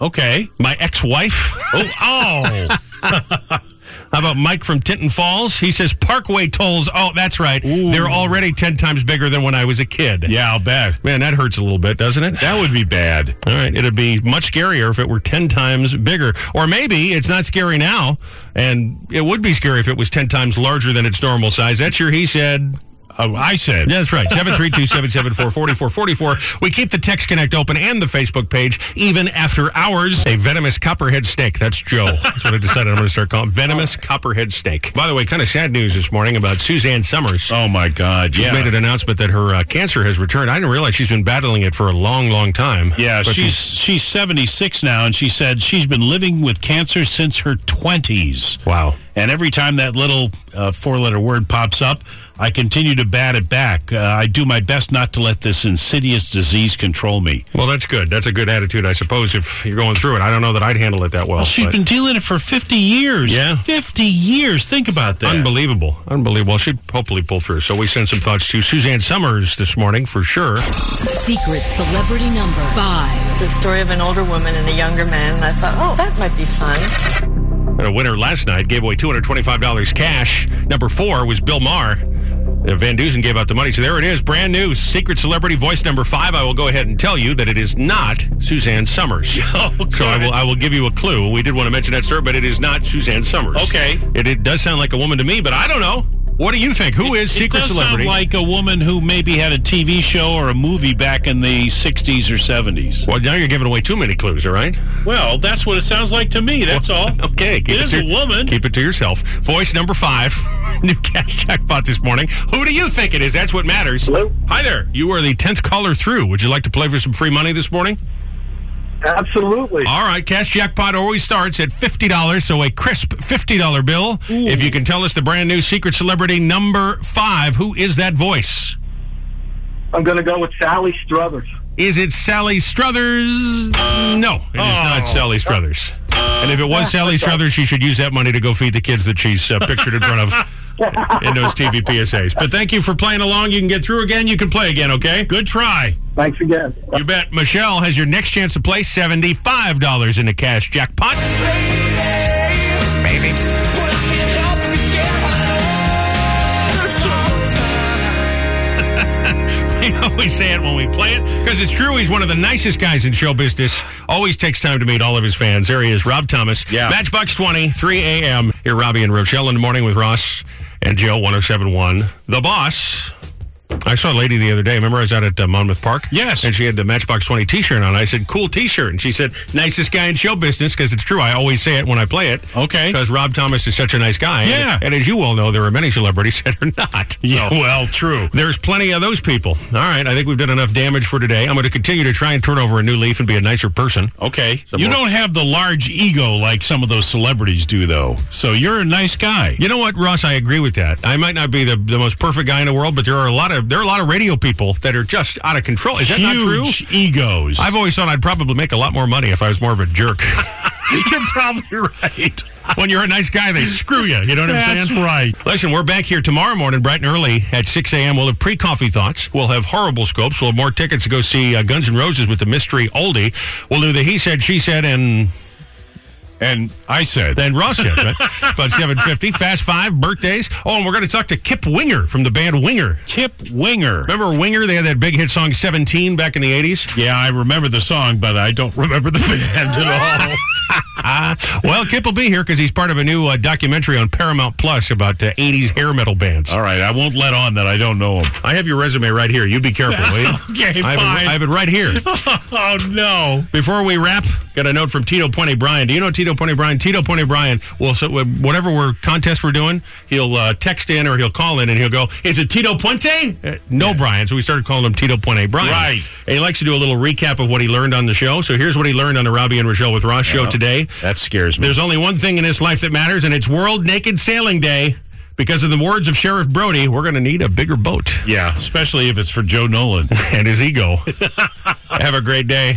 Speaker 2: okay.
Speaker 1: My ex-wife.
Speaker 2: Oh, oh.
Speaker 1: How about Mike from Tinton Falls? He says Parkway tolls. Oh, that's right. They're already ten times bigger than when I was a kid.
Speaker 2: yeah, I'll bet.
Speaker 1: Man, that hurts a little bit, doesn't it?
Speaker 2: That would be bad.
Speaker 1: All right, it'd be much scarier if it were 10 times bigger. Or maybe it's not scary now, and it would be scary if it was 10 times larger than its normal size. That's your he said.
Speaker 2: Uh, I said.
Speaker 1: Yeah, that's right. 732-774-4444. We keep the text connect open and the Facebook page even after hours. A venomous copperhead snake. That's Joe. That's what I decided I'm going to start calling venomous
Speaker 2: Oh.
Speaker 1: copperhead snake. By the way, kind of sad news this morning about Suzanne Summers.
Speaker 2: Oh, my God.
Speaker 1: She's
Speaker 2: Yeah.
Speaker 1: made an announcement that her uh, cancer has returned. I didn't realize she's been battling it for a long, long time.
Speaker 2: Yeah,
Speaker 1: But
Speaker 2: she's she's 76 now, and she said she's been living with cancer since her 20s.
Speaker 1: Wow.
Speaker 2: And every time that little uh, four letter word pops up, I continue to bat it back. Uh, I do my best not to let this insidious disease control me.
Speaker 1: Well, that's good. That's a good attitude, I suppose, if you're going through it. I don't know that I'd handle it that well.
Speaker 2: She's
Speaker 1: but-
Speaker 2: been dealing it for 50 years.
Speaker 1: Yeah.
Speaker 2: 50 years. Think about that.
Speaker 1: Unbelievable. Unbelievable. She'd hopefully pull through. So we send some thoughts to Suzanne Summers this morning for sure.
Speaker 16: Secret celebrity number five. It's a story of an older woman and a younger man, and I thought, oh, that might be fun.
Speaker 1: A winner last night gave away $225 cash. Number four was Bill Maher. Uh, Van Dusen gave out the money. So there it is. Brand new secret celebrity voice number five. I will go ahead and tell you that it is not Suzanne Summers. so I will I will give you a clue. We did want to mention that, sir, but it is not Suzanne Summers.
Speaker 2: Okay.
Speaker 1: It, it does sound like a woman to me, but I don't know. What do you think? Who is secret
Speaker 2: it does
Speaker 1: celebrity?
Speaker 2: Sound like a woman who maybe had a TV show or a movie back in the 60s or 70s.
Speaker 1: well, now you're giving away too many clues, all right?
Speaker 2: Well, that's what it sounds like to me. That's all.
Speaker 1: Okay,
Speaker 2: It is
Speaker 1: to
Speaker 2: a woman.
Speaker 1: Keep it to yourself. Voice number five, new cash jackpot this morning. Who do you think it is? That's what matters. Hello. Hi there. You are the tenth caller through. Would you like to play for some free money this morning?
Speaker 8: Absolutely.
Speaker 1: All right. Cash jackpot always starts at fifty dollars, so a crisp fifty dollar bill. If you can tell us the brand new secret celebrity number five, who is that voice?
Speaker 8: I'm going to go with Sally Struthers.
Speaker 1: Is it Sally Struthers? No, it is not Sally Struthers. And if it was Sally Struthers, she should use that money to go feed the kids that she's uh, pictured in front of in those TV PSAs. But thank you for playing along. You can get through again. You can play again, okay? Good try.
Speaker 8: Thanks again.
Speaker 1: You bet. Michelle has your next chance to play $75 in the cash jackpot. Baby. We always say it when we play it because it's true. He's one of the nicest guys in show business. Always takes time to meet all of his fans. There he is, Rob Thomas. Yeah. Matchbox 20, 3 a.m. Here, Robbie and Rochelle in the morning with Ross and Joe 1071. The boss. I saw a lady the other day. Remember, I was out at uh, Monmouth Park? Yes. And she had the Matchbox 20 t shirt on. I said, cool t shirt. And she said, nicest guy in show business because it's true. I always say it when I play it. Okay. Because Rob Thomas is such a nice guy.
Speaker 2: Yeah.
Speaker 1: And, as you all know, there are many celebrities that are not.
Speaker 2: Yeah,
Speaker 1: well, true. There's plenty of those people. All right. I think we've done enough damage for today. I'm going to continue to try and turn over a new leaf and be a nicer person.
Speaker 2: Okay. you don't have the large ego like some of those celebrities do, though. So you're a nice guy.
Speaker 1: You know what, Ross? I agree with that. I might not be the, the most perfect guy in the world, but there are a lot of there are a lot of radio people that are just out of control. Is that not true?
Speaker 2: Huge egos.
Speaker 1: I've always thought I'd probably make a lot more money if I was more of a jerk.
Speaker 2: You're probably right.
Speaker 1: when you're a nice guy, they screw you. You know what I'm
Speaker 2: That's
Speaker 1: saying?
Speaker 2: right.
Speaker 1: Listen, we're back here tomorrow morning, bright and early at 6 a.m. We'll have pre-coffee thoughts. We'll have horrible scopes. We'll have more tickets to go see uh, Guns N' Roses with the mystery oldie. We'll do the he said, she said, and
Speaker 2: And I said,
Speaker 1: then Ross said. Right? About 7.50, Fast Five, birthdays. Oh, and we're going to talk to Kip Winger from the band Winger.
Speaker 2: Kip Winger.
Speaker 1: Remember Winger? They had that big hit song 17 back in the 80s.
Speaker 2: Yeah, I remember the song, but I don't remember the band at all.
Speaker 1: Well, Kip will be here because he's part of a new uh, documentary on Paramount Plus about uh, 80s hair metal bands.
Speaker 2: All right, I won't let on that I don't know him.
Speaker 1: I have your resume right here. You be careful. will you?
Speaker 2: Okay,
Speaker 1: I have,
Speaker 2: fine.
Speaker 1: It, I have it right here.
Speaker 2: Oh no!
Speaker 1: Before we wrap, got a note from Tito Puente Bryan. Do you know Tito Puente Bryan? Tito Puente Bryan will so whatever we're contest we're doing, he'll uh, text in or he'll call in and he'll go, "Is it Tito Puente?" Uh, no, Bryan. So we started calling him Tito Puente Bryan.
Speaker 2: Right.
Speaker 1: And he likes to do a little recap of what he learned on the show. So here's what he learned on the Robbie and Rochelle with Ross show today.
Speaker 2: That scares me.
Speaker 1: There's only one thing in this life that matters, and it's World Naked Sailing Day. Because of the words of Sheriff Brody, we're going to need a bigger boat
Speaker 2: Yeah, especially if it's for Joe Nolan.
Speaker 1: and his ego. Have a great day.